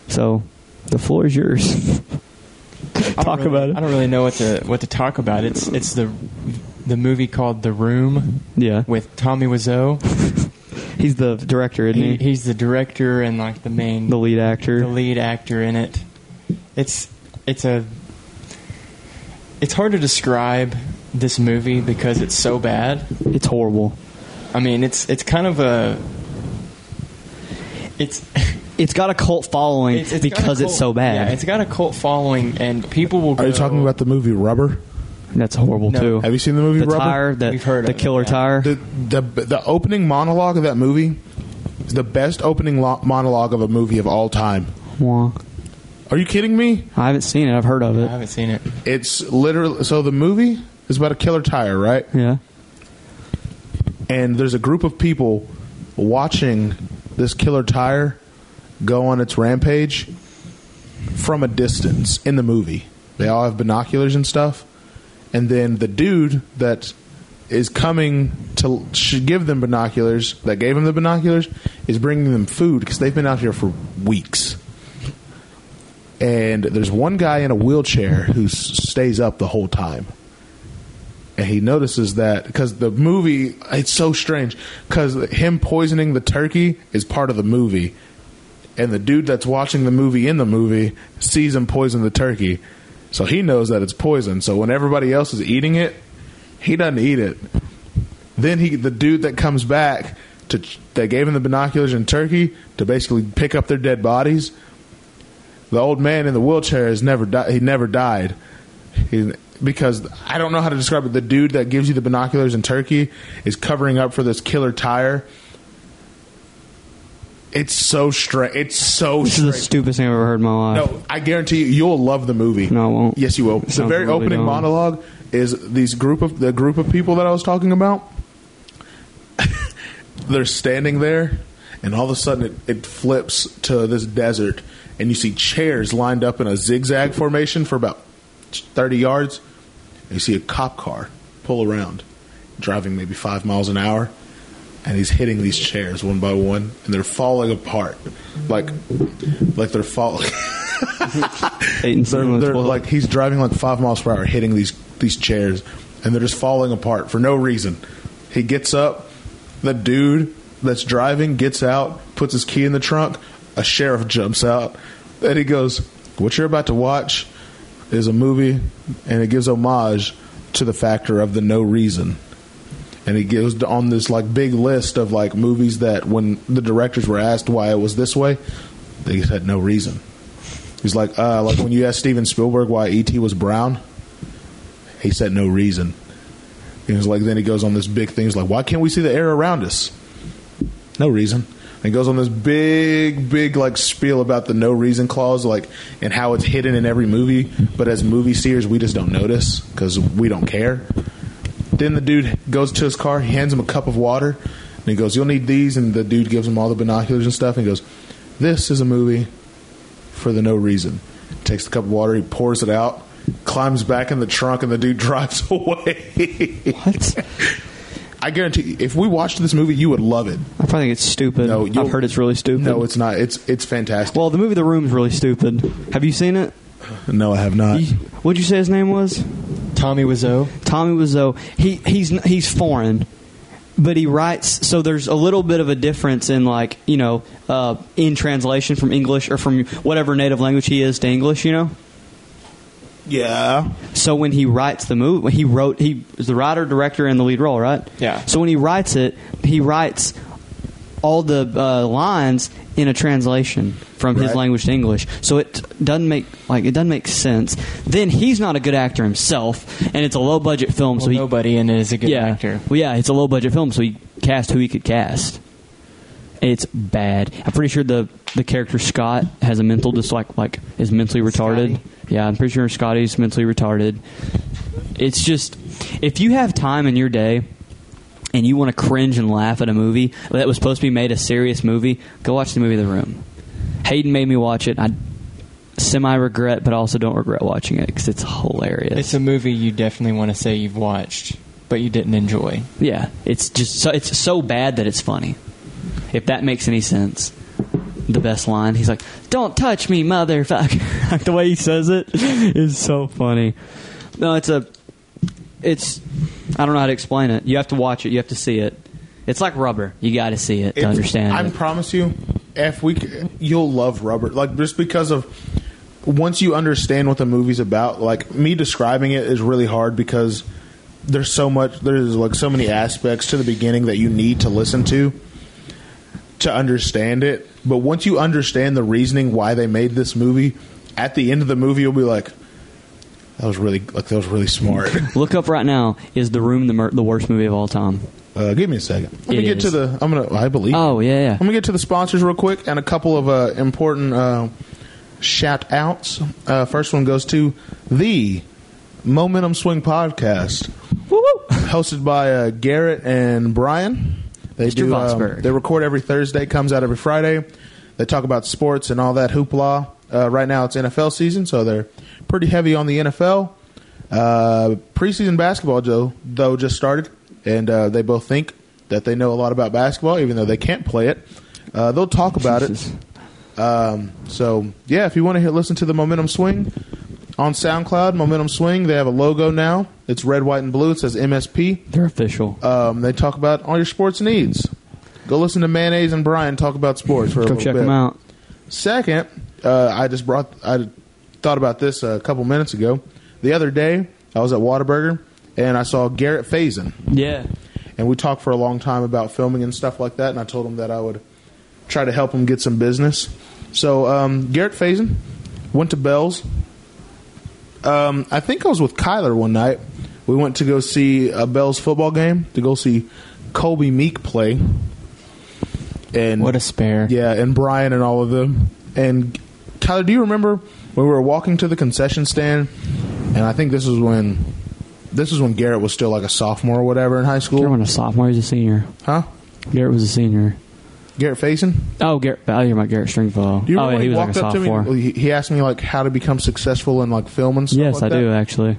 [SPEAKER 1] So the floor is yours.
[SPEAKER 3] I don't
[SPEAKER 1] Talk
[SPEAKER 3] really-
[SPEAKER 1] about it.
[SPEAKER 3] I don't really know what to what to talk about. It's it's the the movie called The Room
[SPEAKER 1] Yeah.
[SPEAKER 3] with Tommy Wiseau.
[SPEAKER 1] He's the director, isn't
[SPEAKER 3] He,
[SPEAKER 1] he?
[SPEAKER 3] he's the director and like the main
[SPEAKER 1] Mm-hmm. the lead actor.
[SPEAKER 3] the lead actor in it. It's it's a it's hard to describe this movie because it's so bad.
[SPEAKER 1] it's horrible.
[SPEAKER 3] I mean, it's it's kind of a it's
[SPEAKER 1] It's got a cult following
[SPEAKER 3] it's, it's got a
[SPEAKER 1] because it's
[SPEAKER 3] cult-
[SPEAKER 1] so bad.
[SPEAKER 3] Yeah, it's got a cult following, and people will.
[SPEAKER 2] Are you
[SPEAKER 3] go-
[SPEAKER 2] talking about the movie Rubber?
[SPEAKER 1] That's horrible
[SPEAKER 3] No.
[SPEAKER 1] too.
[SPEAKER 2] Have you seen the movie
[SPEAKER 1] the
[SPEAKER 2] Rubber?
[SPEAKER 1] tire, the,
[SPEAKER 3] We've heard
[SPEAKER 1] the
[SPEAKER 3] of it,
[SPEAKER 1] killer
[SPEAKER 3] yeah.
[SPEAKER 1] tire.
[SPEAKER 2] The the the opening monologue of that movie is the best opening lo- monologue of a movie of all time.
[SPEAKER 1] Wah.
[SPEAKER 2] Are you kidding me?
[SPEAKER 1] I haven't seen it. I've heard of
[SPEAKER 3] I
[SPEAKER 1] it.
[SPEAKER 3] haven't seen it.
[SPEAKER 2] It's literally so the movie is about a killer tire, right?
[SPEAKER 1] Yeah.
[SPEAKER 2] and there's a group of people watching this killer tire go on its rampage from a distance in the movie. They all have binoculars and stuff, and then the dude that is coming to should give them binoculars that gave him the binoculars is bringing them food because they've been out here for weeks. And there's one guy in a wheelchair who s- stays up the whole time and he notices that because the movie it's so strange because him poisoning the turkey is part of the movie and the dude that's watching the movie in the movie sees him poison the turkey so he knows that it's poison so when everybody else is eating it he doesn't eat it then he the dude that comes back to they gave him the binoculars and turkey to basically pick up their dead bodies the old man in the wheelchair has never di- he never died he, because I don't know how to describe it. The dude that gives you the binoculars in Turkey is covering up for this killer tire. It's so strange. It's so
[SPEAKER 1] This is the
[SPEAKER 2] strange.
[SPEAKER 1] stupidest thing I've ever heard in my life.
[SPEAKER 2] No, I guarantee you, you'll love the movie.
[SPEAKER 1] No, I won't.
[SPEAKER 2] Yes, you will.
[SPEAKER 1] It
[SPEAKER 2] The
[SPEAKER 1] sounds
[SPEAKER 2] very
[SPEAKER 1] really
[SPEAKER 2] opening
[SPEAKER 1] dumb.
[SPEAKER 2] monologue is these group of the group of people that I was talking about. They're standing there, and all of a sudden it, it flips to this desert, and you see chairs lined up in a zigzag formation for about thirty yards. And you see a cop car pull around, driving maybe five miles an hour, and he's hitting these chairs one by one, and they're falling apart, like like they're falling.
[SPEAKER 1] Eight and
[SPEAKER 2] they're,
[SPEAKER 1] seven and
[SPEAKER 2] they're
[SPEAKER 1] 12.
[SPEAKER 2] like he's driving like five miles per hour, hitting these these chairs, and they're just falling apart for no reason. He gets up. The dude that's driving gets out, puts his key in the trunk. A sheriff jumps out, and he goes, "What you're about to watch is a movie, and it gives homage to the factor of the no reason." and he goes on this like big list of like movies that when the directors were asked why it was this way, they said no reason. He's like, uh, like when you asked Steven Spielberg why E.T. was brown, he said no reason. He was like, then he goes on this big thing. He's like, why can't we see the air around us? No reason. And he goes on this big, big like spiel about the no reason clause, like and how it's hidden in every movie. But as movie seers, we just don't notice because we don't care. Then the dude goes to his car, he hands him a cup of water, and he goes, You'll need these. And the dude gives him all the binoculars and stuff, and he goes, This is a movie for the no reason. Takes the cup of water, he pours it out, climbs back in the trunk, and the dude drives away.
[SPEAKER 1] what?
[SPEAKER 2] I guarantee you, if we watched this movie, you would love it.
[SPEAKER 1] I probably think it's stupid.
[SPEAKER 2] No, you'll-
[SPEAKER 1] I've heard it's really stupid.
[SPEAKER 2] No, it's not. It's it's fantastic.
[SPEAKER 1] Well, the movie The Room's really stupid. Have you seen it?
[SPEAKER 2] no, I have not.
[SPEAKER 1] You- what'd you say his name was?
[SPEAKER 3] Tommy Wiseau.
[SPEAKER 1] Tommy Wiseau. He he's n- he's foreign, but he writes. So there's a little bit of a difference in like you know uh, in translation from English or from whatever native language he is to English. You know.
[SPEAKER 2] Yeah.
[SPEAKER 1] So when he writes the movie, he wrote he is the writer, director, and the lead role, right?
[SPEAKER 3] Yeah.
[SPEAKER 1] So when he writes it, he writes all the uh, lines in a translation from his
[SPEAKER 2] Right.
[SPEAKER 1] language to English. So it doesn't make like it doesn't make sense. Then he's not a good actor himself, and it's a low budget film,
[SPEAKER 3] Well,
[SPEAKER 1] so he
[SPEAKER 3] nobody in it is a good
[SPEAKER 1] yeah.
[SPEAKER 3] actor.
[SPEAKER 1] Well, yeah, it's a low budget film, so he cast who he could cast. It's bad. I'm pretty sure the the character Scott has a mental dis like like is mentally retarded.
[SPEAKER 3] Scotty?
[SPEAKER 1] Yeah, I'm pretty sure Scotty's mentally retarded. It's just if you have time in your day and you want to cringe and laugh at a movie that was supposed to be made a serious movie, go watch the movie The Room. Hayden made me watch it. I semi regret, but I also don't regret watching it because it's hilarious.
[SPEAKER 3] It's a movie you definitely want to say you've watched, but you didn't enjoy.
[SPEAKER 1] Yeah, it's just so it's so bad that it's funny. If that makes any sense. The best line, he's like, "Don't touch me, motherfucker." Like, the way he says it is so funny. No, it's a it's I don't know how to explain it. You have to watch it, you have to see it. It's like rubber. You got to see it to
[SPEAKER 2] If-
[SPEAKER 1] understand.
[SPEAKER 2] I
[SPEAKER 1] it.
[SPEAKER 2] promise you, if we, c- you'll love rubber. Like just because of once you understand what the movie's about. Like me describing it is really hard because there's so much. There's like so many aspects to the beginning that you need to listen to to understand it. But once you understand the reasoning why they made this movie, at the end of the movie, you'll be like, That was really like that was really smart.
[SPEAKER 1] Look up right now. Is the room the, mer- the worst movie of all time?
[SPEAKER 2] Uh, give me a second. Let me
[SPEAKER 1] It
[SPEAKER 2] get to
[SPEAKER 1] is.
[SPEAKER 2] the. I'm gonna. I believe.
[SPEAKER 1] Oh yeah,
[SPEAKER 2] Let
[SPEAKER 1] yeah.
[SPEAKER 2] me get to the sponsors real quick and a couple of uh, important uh, shout outs. Uh, first one goes to the Momentum Swing Podcast, hosted by uh, Garrett and Brian. They
[SPEAKER 1] Mr.
[SPEAKER 2] do. um,
[SPEAKER 1] Vosberg.
[SPEAKER 2] they record every Thursday. Comes out every Friday. They talk about sports and all that hoopla. Uh, right now it's NFL season, so they're pretty heavy on the NFL. Uh, preseason basketball, Joe, though, just started, and uh, they both think that they know a lot about basketball, even though they can't play it. Uh, they'll talk about
[SPEAKER 1] Jesus.
[SPEAKER 2] it. Um, so, yeah, if you want to hear, listen to the Momentum Swing on SoundCloud, Momentum Swing, they have a logo now. It's red, white, and blue. It says MSP.
[SPEAKER 1] They're official.
[SPEAKER 2] Um, they talk about all your sports needs. Go listen to Mayonnaise and Brian talk about sports for a
[SPEAKER 1] Go
[SPEAKER 2] little
[SPEAKER 1] check
[SPEAKER 2] bit.
[SPEAKER 1] them out.
[SPEAKER 2] Second, uh, I just brought. I thought about this a couple minutes ago. The other day, I was at Whataburger and I saw Garrett Faison,
[SPEAKER 1] Yeah.
[SPEAKER 2] and we talked for a long time about filming and stuff like that. And I told him that I would try to help him get some business. So um, Garrett Faison went to Bell's. Um, I think I was with Kyler one night. We went to go see a Bell's football game to go see Colby Meek play. And
[SPEAKER 3] What a spare.
[SPEAKER 2] yeah, and Brian and all of them. And Tyler, do you remember when we were walking to the concession stand? And I think this was when this was when Garrett was still like a sophomore or whatever in high
[SPEAKER 1] Garrett
[SPEAKER 2] school.
[SPEAKER 1] was a sophomore. He was a senior.
[SPEAKER 2] Huh?
[SPEAKER 1] Garrett was a senior.
[SPEAKER 2] Garrett Faison?
[SPEAKER 1] Oh, Garrett. I hear my Garrett Stringfellow.
[SPEAKER 2] Do you
[SPEAKER 1] oh,
[SPEAKER 2] remember
[SPEAKER 1] yeah,
[SPEAKER 2] when
[SPEAKER 1] he
[SPEAKER 2] he
[SPEAKER 1] was like a
[SPEAKER 2] walked up to me?
[SPEAKER 1] sophomore.
[SPEAKER 2] well, He, he asked me like how to become successful in like film and stuff.
[SPEAKER 1] yes,
[SPEAKER 2] like
[SPEAKER 1] I do
[SPEAKER 2] that?
[SPEAKER 1] actually.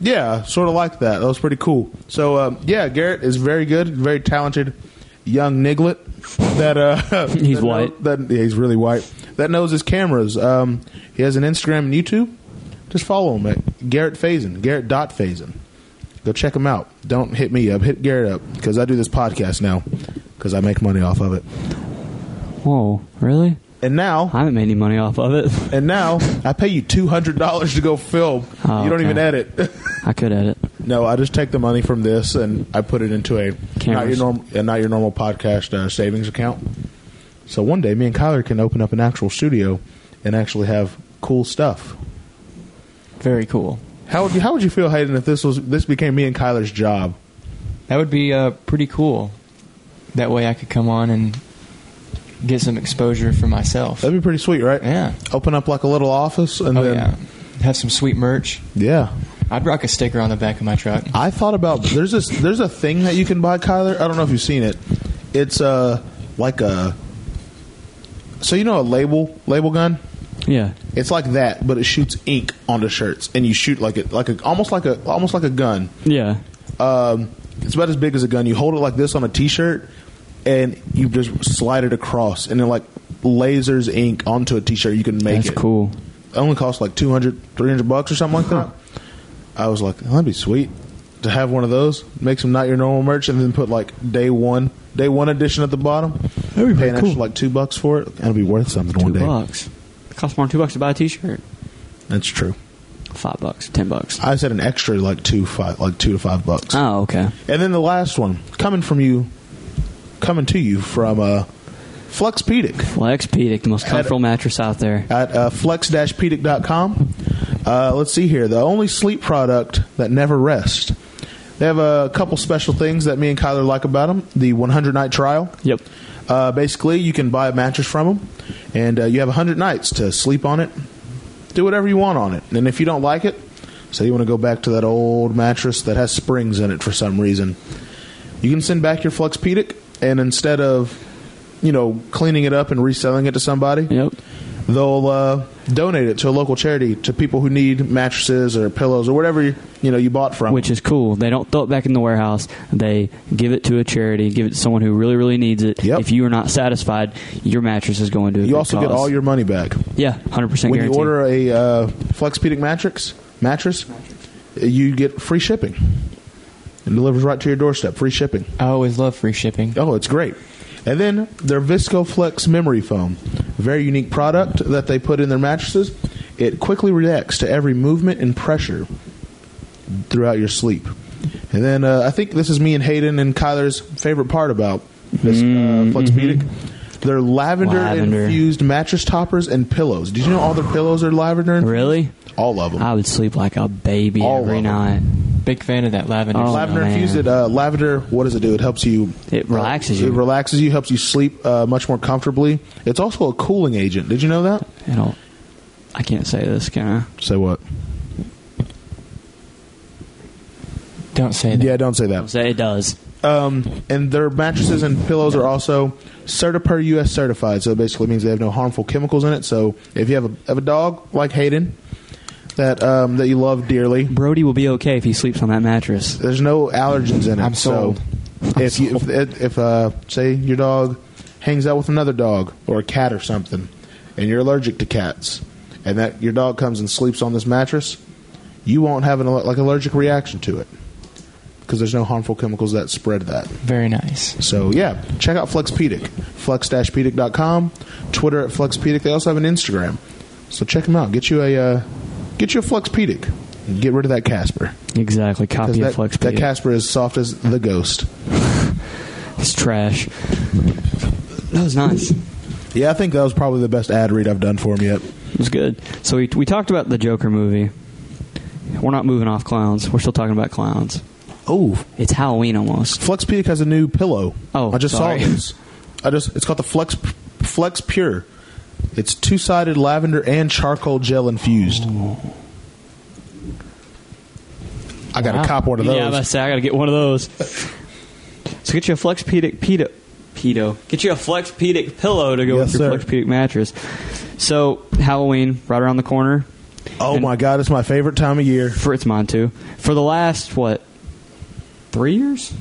[SPEAKER 2] Yeah, sort of like that. That was pretty cool. So um, yeah, Garrett is very good, very talented young niglet. That uh,
[SPEAKER 1] He's
[SPEAKER 2] that know-
[SPEAKER 1] white.
[SPEAKER 2] that yeah, he's really white. That knows his cameras. Um, he has an Instagram and YouTube. Just follow him at Garrett Faison. Garrett dot Faison. Go check him out. Don't hit me up. Hit Garrett up because I do this podcast now because I make money off of it.
[SPEAKER 1] Whoa, really?
[SPEAKER 2] And now
[SPEAKER 1] I haven't made any money off of it.
[SPEAKER 2] and now I pay you two hundred dollars to go film.
[SPEAKER 1] Oh,
[SPEAKER 2] you don't
[SPEAKER 1] okay.
[SPEAKER 2] even edit.
[SPEAKER 1] I could edit.
[SPEAKER 2] No, I just take the money from this and I put it into a not your
[SPEAKER 1] Cameras.
[SPEAKER 2] normal uh, not your normal podcast uh, savings account. So one day, me and Kyler can open up an actual studio and actually have cool stuff.
[SPEAKER 3] Very cool.
[SPEAKER 2] How would you, how would you feel, Hayden, if this was this became me and Kyler's job?
[SPEAKER 3] That would be uh, pretty cool. That way I could come on and get some exposure for myself.
[SPEAKER 2] That'd be pretty sweet, right?
[SPEAKER 3] Yeah.
[SPEAKER 2] Open up like a little office and
[SPEAKER 3] Oh,
[SPEAKER 2] then
[SPEAKER 3] yeah. Have some sweet merch.
[SPEAKER 2] yeah.
[SPEAKER 3] I'd rock a sticker on the back of my truck.
[SPEAKER 2] I thought about there's this there's a thing that you can buy, Kyler. I don't know if you've seen it. It's uh like a so you know a label label gun.
[SPEAKER 1] Yeah.
[SPEAKER 2] It's like that, but it shoots ink onto shirts, and you shoot like it, like a, almost like a, almost like a gun.
[SPEAKER 1] Yeah.
[SPEAKER 2] Um, it's about as big as a gun. You hold it like this on a t-shirt, and you just slide it across, and it like lasers ink onto a t-shirt. You can make
[SPEAKER 1] That's
[SPEAKER 2] it.
[SPEAKER 1] cool.
[SPEAKER 2] It only costs like 200, 300 bucks or something like that. I was like, that'd be sweet to have one of those. Make some not your normal merch, and then put like day one, day one edition at the bottom. Pay
[SPEAKER 1] be
[SPEAKER 2] an
[SPEAKER 1] pretty
[SPEAKER 2] extra
[SPEAKER 1] cool.
[SPEAKER 2] like two bucks for it. It'll be worth something
[SPEAKER 1] Two
[SPEAKER 2] one day.
[SPEAKER 1] bucks. It costs more than two bucks to buy a T-shirt.
[SPEAKER 2] That's true.
[SPEAKER 1] Five bucks. Ten bucks.
[SPEAKER 2] I said an extra like two five like two to five bucks.
[SPEAKER 1] Oh, okay.
[SPEAKER 2] And then the last one coming from you, coming to you from uh, Flexpedic
[SPEAKER 1] Flexpedic, the most comfortable mattress out there.
[SPEAKER 2] at uh, flex-pedic.com. Uh, let's see here. The only sleep product that never rests. They have a couple special things that me and Kyler like about them. The 100 night trial.
[SPEAKER 1] Yep.
[SPEAKER 2] Uh, basically, you can buy a mattress from them, and uh, you have 100 nights to sleep on it, do whatever you want on it. And if you don't like it, say you want to go back to that old mattress that has springs in it for some reason, you can send back your Fluxpedic, and instead of, you know, cleaning it up and reselling it to somebody,
[SPEAKER 1] Yep.
[SPEAKER 2] they'll uh, donate it to a local charity to people who need mattresses or pillows or whatever you, you know you bought from.
[SPEAKER 1] Which is cool. They don't throw it back in the warehouse. They give it to a charity, give it to someone who really, really needs it.
[SPEAKER 2] Yep.
[SPEAKER 1] If you are not satisfied, your mattress is going to a
[SPEAKER 2] you
[SPEAKER 1] good
[SPEAKER 2] also get
[SPEAKER 1] cause.
[SPEAKER 2] all your money back.
[SPEAKER 1] Yeah, 100%
[SPEAKER 2] when
[SPEAKER 1] guaranteed.
[SPEAKER 2] you order a uh, Flexpedic mattress, mattress, you get free shipping. It delivers right to your doorstep. Free shipping.
[SPEAKER 3] I always love free shipping.
[SPEAKER 2] Oh, it's great. And then their ViscoFlex memory foam, very unique product that they put in their mattresses. It quickly reacts to every movement and pressure throughout your sleep. And then uh, I think this is me and Hayden and Kyler's favorite part about this uh, Flexpedic. They're lavender,
[SPEAKER 1] Mm, mm-hmm. Lavender.
[SPEAKER 2] infused mattress toppers and pillows. Did you know all their pillows are lavender?
[SPEAKER 1] Really?
[SPEAKER 2] All of them.
[SPEAKER 1] I would sleep like a baby
[SPEAKER 2] All
[SPEAKER 1] every
[SPEAKER 2] of 'em.
[SPEAKER 1] night.
[SPEAKER 3] Big fan of that lavender.
[SPEAKER 1] Oh,
[SPEAKER 3] stuff.
[SPEAKER 2] lavender
[SPEAKER 1] man.
[SPEAKER 2] infused. It uh, lavender. What does it do? It helps you. uh,
[SPEAKER 1] It relaxes you.
[SPEAKER 2] It relaxes you. Helps you sleep uh, much more comfortably. It's also a cooling agent. Did you know that?
[SPEAKER 1] It'll. I can't say this, can
[SPEAKER 2] Say what?
[SPEAKER 3] Don't say that.
[SPEAKER 2] Yeah, don't say
[SPEAKER 1] I?
[SPEAKER 2] that.
[SPEAKER 1] Say it does.
[SPEAKER 2] Um, and their mattresses and pillows are also CertiPer US certified, so it basically means they have no harmful chemicals in it. So if you have a, have a dog like Hayden that um, that you love dearly,
[SPEAKER 1] Brody will be okay if he sleeps on that mattress.
[SPEAKER 2] there's no allergens in it.
[SPEAKER 3] I'm
[SPEAKER 2] so
[SPEAKER 3] sold.
[SPEAKER 2] if you if, if uh, say your dog hangs out with another dog or a cat or something, and you're allergic to cats, and that your dog comes and sleeps on this mattress, you won't have an alle- like allergic reaction to it because there's no harmful chemicals that spread that.
[SPEAKER 3] Very nice.
[SPEAKER 2] So yeah, check out Flexpedic, flex-pedic.com, Twitter at Flexpedic. They also have an Instagram. So check them out. Get you a uh, get you a Flexpedic. And get rid of that Casper.
[SPEAKER 1] Exactly.
[SPEAKER 2] 'Cause
[SPEAKER 1] Copy
[SPEAKER 2] that,
[SPEAKER 1] of Flex.
[SPEAKER 2] that Casper is soft as the ghost.
[SPEAKER 1] It's trash. That was nice. It
[SPEAKER 2] Yeah, I think that was probably the best ad read I've done for him yet.
[SPEAKER 1] was good. So we we talked about the Joker movie. We're not moving off clowns. We're still talking about clowns.
[SPEAKER 2] Oh,
[SPEAKER 1] It's Halloween almost.
[SPEAKER 2] Flexpedic has a new pillow.
[SPEAKER 1] Oh,
[SPEAKER 2] I just
[SPEAKER 1] sorry.
[SPEAKER 2] saw this. I just it's called the Flex Flex Pure. It's two-sided lavender and charcoal gel infused. I got to cop one of those.
[SPEAKER 1] Yeah, I'm about to say, I got to get one of those. so get you a Flexpedic pedo, pedo. Get you a Flexpedic pillow to go
[SPEAKER 2] Yes,
[SPEAKER 1] with your
[SPEAKER 2] sir.
[SPEAKER 1] Flexpedic mattress. So Halloween right around the corner.
[SPEAKER 2] Oh
[SPEAKER 1] And-
[SPEAKER 2] my god, it's my favorite time of year.
[SPEAKER 1] For it's mine too. For the last what, three years,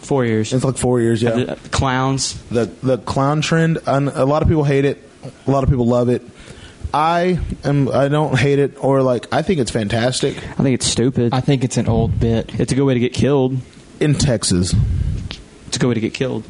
[SPEAKER 1] four years.
[SPEAKER 2] It's like four years, yeah.
[SPEAKER 1] Uh, Clowns.
[SPEAKER 2] The the clown trend. un- A lot of people hate it. A lot of people love it. I am. I don't hate it, or like I think it's fantastic
[SPEAKER 1] I think it's stupid.
[SPEAKER 3] I think it's an old bit.
[SPEAKER 1] it's a good way to get killed.
[SPEAKER 2] in Texas.
[SPEAKER 1] It's a good way to get killed.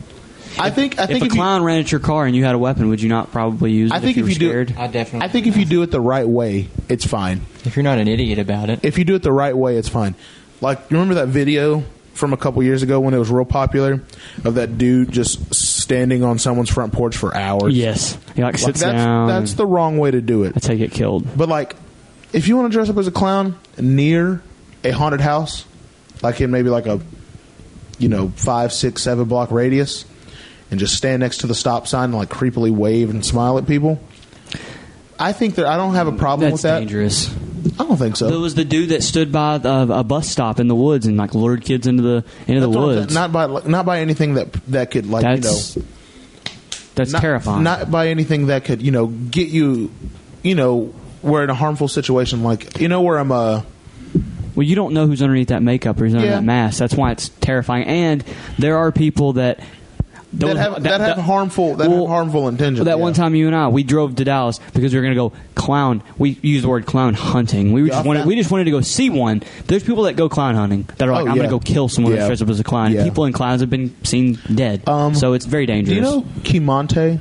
[SPEAKER 2] I think. I
[SPEAKER 1] if
[SPEAKER 2] think
[SPEAKER 1] a
[SPEAKER 2] if you,
[SPEAKER 1] clown ran at your car and you had a weapon, would you not probably use it?
[SPEAKER 2] I think
[SPEAKER 1] if you,
[SPEAKER 2] if you do-
[SPEAKER 1] were scared?
[SPEAKER 3] I
[SPEAKER 2] I
[SPEAKER 3] definitely.
[SPEAKER 2] think if you do it the right way, it's fine.
[SPEAKER 3] if you're not an idiot about it,
[SPEAKER 2] If you do it the right way, it's fine. Like you remember that video from a couple years ago when it was real popular of that dude just standing on someone's front porch for hours.
[SPEAKER 1] yes, he like
[SPEAKER 2] Like,
[SPEAKER 1] sits
[SPEAKER 2] that's,
[SPEAKER 1] down.
[SPEAKER 2] That's the wrong way to do it.
[SPEAKER 1] that's how you get killed.
[SPEAKER 2] But like, if you want to dress up as a clown near a haunted house, like in maybe like a, you know, five, six, seven block radius, and just stand next to the stop sign and like creepily wave and smile at people, I think that I don't have a problem
[SPEAKER 1] That's
[SPEAKER 2] with that.
[SPEAKER 1] dangerous.
[SPEAKER 2] I don't think so.
[SPEAKER 1] There was the dude that stood by the, a bus stop in the woods and like lured kids into the into
[SPEAKER 2] That's
[SPEAKER 1] the
[SPEAKER 2] what I'm saying.
[SPEAKER 1] woods.
[SPEAKER 2] Not by like, not by anything that that could like
[SPEAKER 1] that's
[SPEAKER 2] you know
[SPEAKER 1] that's
[SPEAKER 2] not,
[SPEAKER 1] terrifying.
[SPEAKER 2] Not by anything that could you know get you, you know, we're in a harmful situation like you know where I'm uh
[SPEAKER 1] Well, you don't know who's underneath that makeup or who's under
[SPEAKER 2] Yeah.
[SPEAKER 1] that mask. That's why it's terrifying. And there are people that
[SPEAKER 2] that have that, have harmful that
[SPEAKER 1] Well,
[SPEAKER 2] have harmful intentions.
[SPEAKER 1] That
[SPEAKER 2] yeah.
[SPEAKER 1] one time you and I, we drove to Dallas because we were going to go clown. We used the word clown hunting. We were
[SPEAKER 2] Yeah,
[SPEAKER 1] just
[SPEAKER 2] I
[SPEAKER 1] wanted,
[SPEAKER 2] found-
[SPEAKER 1] we just wanted to go see one. There's people that go clown hunting that are like,
[SPEAKER 2] Oh,
[SPEAKER 1] I'm
[SPEAKER 2] yeah.
[SPEAKER 1] going to go kill someone
[SPEAKER 2] Yeah.
[SPEAKER 1] that's dressed up as a clown.
[SPEAKER 2] Yeah.
[SPEAKER 1] People in clowns have been seen dead,
[SPEAKER 2] Um,
[SPEAKER 1] so it's very
[SPEAKER 2] Do
[SPEAKER 1] dangerous.
[SPEAKER 2] you know Kimante?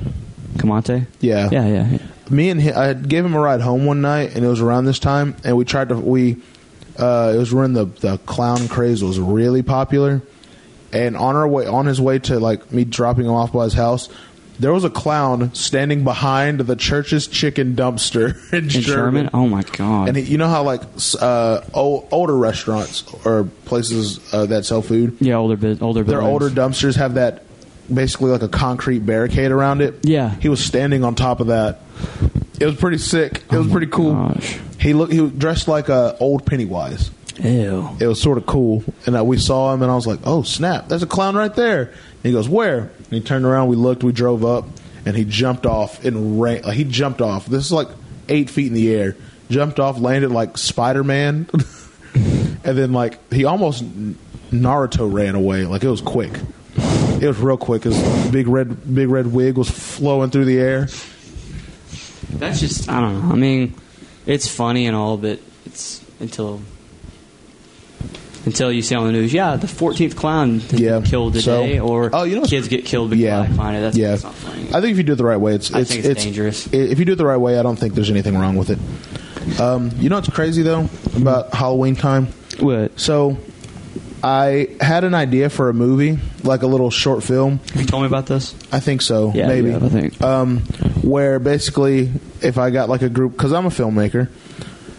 [SPEAKER 1] Kamate?
[SPEAKER 2] Yeah.
[SPEAKER 1] yeah, yeah. yeah.
[SPEAKER 2] Me and him, I had- gave him a ride home one night, and it was around this time, and we tried to we. Uh, it was when the the clown craze was really popular, and on our way on his way to like me dropping him off by his house, there was a clown standing behind the church's chicken dumpster in,
[SPEAKER 1] In Sherman? Oh my god!
[SPEAKER 2] And he, you know how like s- uh, old, older restaurants or places uh, that sell food,
[SPEAKER 1] yeah, older, bu- older,
[SPEAKER 2] their
[SPEAKER 1] buildings.
[SPEAKER 2] older dumpsters have that basically like a concrete barricade around it.
[SPEAKER 1] Yeah.
[SPEAKER 2] he was standing on top of that. It was pretty sick. It was pretty cool.
[SPEAKER 1] gosh.
[SPEAKER 2] He looked. He was dressed like a old Pennywise.
[SPEAKER 1] Ew.
[SPEAKER 2] It was sort of cool, and uh, we saw him, and I was like, "Oh snap! There's a clown right there." And he goes, "Where?" And he turned around. We looked. We drove up, and he jumped off and ran. Like, he jumped off. This is like eight feet in the air. Jumped off, landed like Spider Man, and then like he almost Naruto ran away. Like it was quick. It was real quick. His big red big red wig was flowing through the air.
[SPEAKER 1] That's just I don't know. I mean, it's funny and all, but it's until until you see on the news, yeah, the 14th clown has
[SPEAKER 2] Yeah.
[SPEAKER 1] been killed
[SPEAKER 2] So-
[SPEAKER 1] today, or
[SPEAKER 2] Oh, you know what's-
[SPEAKER 1] kids get killed because
[SPEAKER 2] yeah.
[SPEAKER 1] I find it. That's,
[SPEAKER 2] yeah.
[SPEAKER 1] that's not funny.
[SPEAKER 2] I think if you do it the right way, it's it's,
[SPEAKER 1] I think it's dangerous.
[SPEAKER 2] i- If you do it the right way, I don't think there's anything wrong with it. Um, you know what's crazy though about Halloween time?
[SPEAKER 1] What?
[SPEAKER 2] So I had an idea for a movie, like a little short film.
[SPEAKER 1] You told me about this.
[SPEAKER 2] I think so.
[SPEAKER 1] Yeah,
[SPEAKER 2] maybe.
[SPEAKER 1] you have, I think.
[SPEAKER 2] Um, where basically, if I got like a group, because I'm a filmmaker,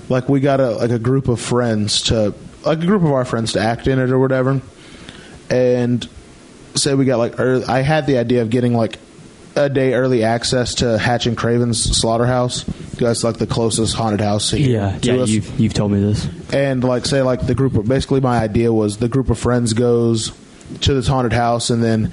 [SPEAKER 2] like we got a like a group of friends to like a group of our friends to act in it or whatever, and say we got like ear I had the idea of getting like a day early access to Hatch and Craven's slaughterhouse. That's like the closest haunted house here
[SPEAKER 1] Yeah,
[SPEAKER 2] to
[SPEAKER 1] yeah.
[SPEAKER 2] us
[SPEAKER 1] You've you've told me this.
[SPEAKER 2] and like say like the group of basically my idea was the group of friends goes to this haunted house and then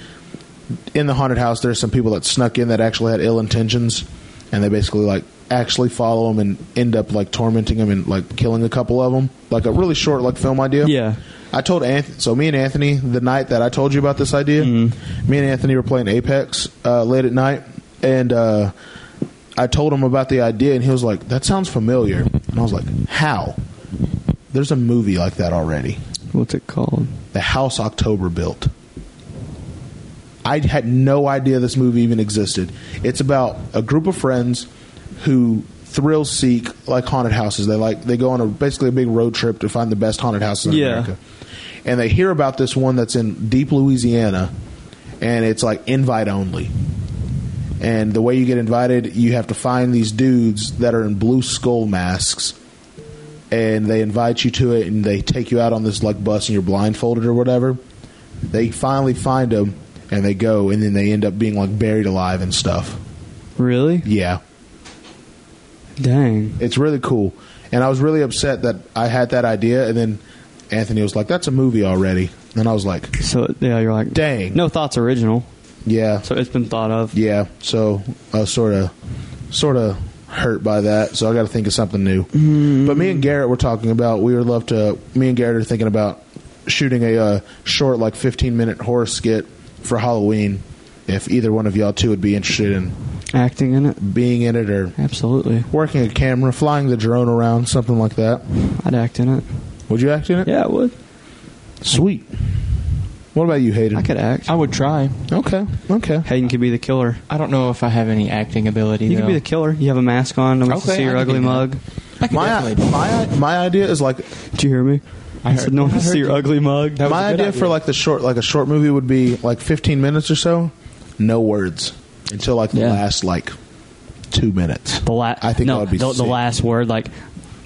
[SPEAKER 2] in the haunted house there's some people that snuck in that actually had ill intentions and they basically like actually follow them and end up like tormenting them and like killing a couple of them like a really short like film idea
[SPEAKER 1] Yeah.
[SPEAKER 2] i told anthony so me and anthony the night that i told you about this idea me and anthony were playing apex uh, late at night and uh, i told him about the idea and he was like that sounds familiar and i was like how there's a movie like that already.
[SPEAKER 1] What's it called?
[SPEAKER 2] The House October Built. I had no idea this movie even existed. It's about a group of friends who thrill seek like haunted houses. They like they go on a basically a big road trip to find the best haunted houses in
[SPEAKER 1] Yeah.
[SPEAKER 2] America. And they hear about this one that's in deep Louisiana and it's like invite only. And the way you get invited, you have to find these dudes that are in blue skull masks and they invite you to it and they take you out on this like bus and you're blindfolded or whatever. They finally find them and they go and then they end up being like buried alive and stuff.
[SPEAKER 1] Really?
[SPEAKER 2] Yeah.
[SPEAKER 1] Dang.
[SPEAKER 2] It's really cool. And I was really upset that I had that idea and then Anthony was like, That's a movie already and I was like,
[SPEAKER 1] So yeah, you're like,
[SPEAKER 2] Dang.
[SPEAKER 1] No thoughts original.
[SPEAKER 2] Yeah.
[SPEAKER 1] So it's been thought of.
[SPEAKER 2] Yeah. So I was sorta sorta hurt by that, so I gotta think of something new.
[SPEAKER 1] Mm-hmm.
[SPEAKER 2] But me and Garrett were talking about we would love to me and Garrett are thinking about shooting a uh, short like 15 minute horror skit for Halloween if either one of y'all two would be interested in
[SPEAKER 1] Acting in it.
[SPEAKER 2] being in it or
[SPEAKER 1] Absolutely.
[SPEAKER 2] working a camera, flying the drone around, something like that.
[SPEAKER 1] I'd act in it.
[SPEAKER 2] Would you act in it?
[SPEAKER 1] Yeah, I would.
[SPEAKER 2] Sweet. What about you, Hayden?
[SPEAKER 1] I could act.
[SPEAKER 3] I would try.
[SPEAKER 2] Okay. Okay.
[SPEAKER 1] Hayden could be the killer.
[SPEAKER 3] I don't know if I have any acting ability.
[SPEAKER 1] You could be
[SPEAKER 3] though.
[SPEAKER 1] the killer. You have a mask on. No one can
[SPEAKER 3] Okay,
[SPEAKER 1] see your
[SPEAKER 3] I can
[SPEAKER 1] ugly
[SPEAKER 3] do that.
[SPEAKER 1] mug.
[SPEAKER 3] I could
[SPEAKER 2] My,
[SPEAKER 3] definitely.
[SPEAKER 2] my my idea is like
[SPEAKER 1] Did you hear me?
[SPEAKER 3] I
[SPEAKER 1] said
[SPEAKER 3] heard-
[SPEAKER 1] no one
[SPEAKER 3] I
[SPEAKER 1] can see
[SPEAKER 3] heard
[SPEAKER 1] your
[SPEAKER 3] you.
[SPEAKER 1] ugly mug.
[SPEAKER 3] That was
[SPEAKER 2] my
[SPEAKER 3] a good
[SPEAKER 2] idea, for
[SPEAKER 3] idea.
[SPEAKER 2] like the short like a short movie would be like 15 minutes or so no words until like the
[SPEAKER 1] Yeah.
[SPEAKER 2] last like two minutes
[SPEAKER 1] the la-
[SPEAKER 2] i think
[SPEAKER 1] no,
[SPEAKER 2] that would be
[SPEAKER 1] the, the
[SPEAKER 2] sick.
[SPEAKER 1] last word. Like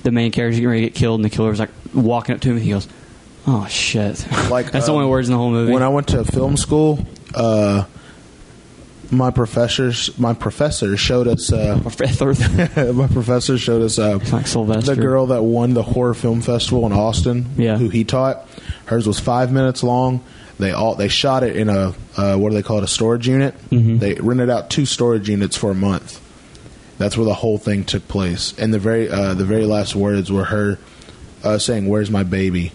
[SPEAKER 1] the main character's getting ready to get killed, and the killer's like walking up to him, and he goes, "Oh shit!"
[SPEAKER 2] Like,
[SPEAKER 1] that's the
[SPEAKER 2] uh,
[SPEAKER 1] only words in the whole movie.
[SPEAKER 2] when i went to film school uh my professors my professor showed us uh my professor showed us uh
[SPEAKER 1] like Sylvester.
[SPEAKER 2] the girl that won the horror film festival in austin
[SPEAKER 1] Yeah.
[SPEAKER 2] who he taught hers was five minutes long they all they shot it in a uh, what do they call it a storage unit
[SPEAKER 1] Mhm.
[SPEAKER 2] they rented out two storage units for a month that's where the whole thing took place. And the very uh, the very last words were her uh, saying, "Where's my baby?"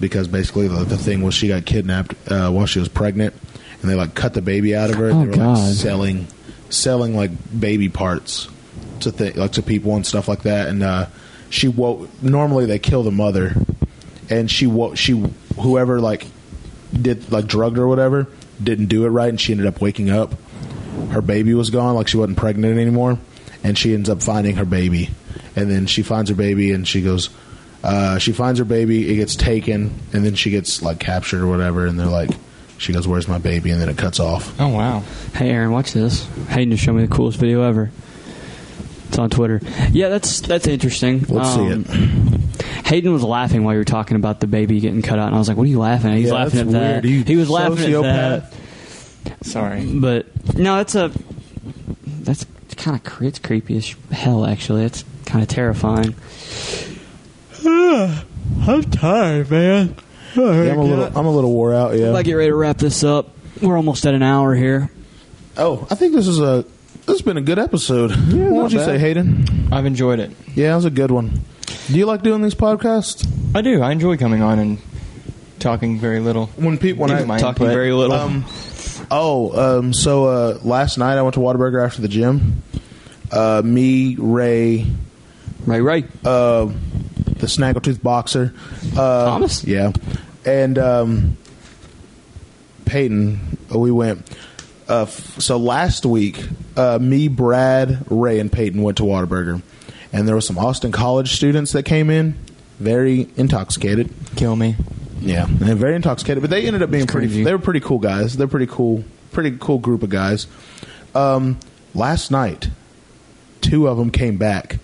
[SPEAKER 2] Because basically the, the thing was she got kidnapped uh, while she was pregnant, and they like cut the baby out of her. And
[SPEAKER 3] Oh,
[SPEAKER 2] they were
[SPEAKER 3] God.
[SPEAKER 2] like selling selling like baby parts to th- like to people and stuff like that. And uh, she woke. Normally they kill the mother, and she woke. She whoever like did like drugged her or whatever didn't do it right, and she ended up waking up her baby was gone, like she wasn't pregnant anymore, and she ends up finding her baby. And then she finds her baby, and she goes, uh, she finds her baby, it gets taken, and then she gets like captured or whatever, and they're like, she goes, "Where's my baby?" And then it cuts off.
[SPEAKER 3] Oh wow!
[SPEAKER 1] Hey Aaron, watch this. Hayden just showed me the coolest video ever. It's on Twitter. Yeah, that's that's interesting.
[SPEAKER 2] Let's see
[SPEAKER 1] see it. Hayden was laughing while you were talking about the baby getting cut out, and I was like, "What are you laughing at?" He's
[SPEAKER 2] Yeah,
[SPEAKER 1] laughing at
[SPEAKER 2] that's
[SPEAKER 1] that.
[SPEAKER 2] weird. You
[SPEAKER 1] He was laughing at that.
[SPEAKER 3] Sorry.
[SPEAKER 1] But no, that's a that's kind of it's creepy as hell. Actually, it's kind of terrifying. I'm tired, man.
[SPEAKER 2] Yeah, I'm a little, I'm a little wore out. Yeah.
[SPEAKER 1] I get ready to wrap this up. We're almost at an hour here.
[SPEAKER 2] oh, I think this is a, this has been a good episode. what
[SPEAKER 3] not
[SPEAKER 2] would you
[SPEAKER 3] bad.
[SPEAKER 2] say, Hayden?
[SPEAKER 3] I've enjoyed it.
[SPEAKER 2] Yeah, it was a good one. Do you like doing these podcasts?
[SPEAKER 3] I do. I enjoy coming on and talking very little.
[SPEAKER 2] When people, when
[SPEAKER 3] Giving
[SPEAKER 2] I
[SPEAKER 3] my input.
[SPEAKER 1] little.
[SPEAKER 2] Um, oh, um, so uh, last night I went to Whataburger after the gym. Uh, me, Ray,
[SPEAKER 1] right, right.
[SPEAKER 2] uh, the Snaggletooth boxer, uh,
[SPEAKER 1] Thomas?
[SPEAKER 2] yeah, and um, Peyton. We went. Uh, f- so last week, uh, me, Brad, Ray, and Peyton went to Whataburger, and there were some Austin College students that came in, very intoxicated.
[SPEAKER 3] Kill me.
[SPEAKER 2] Yeah, and they're very intoxicated, but they ended up being
[SPEAKER 3] It's
[SPEAKER 2] pretty.
[SPEAKER 3] crazy.
[SPEAKER 2] They were pretty cool guys. They're pretty cool, pretty cool group of guys. Um, last night, two of them came back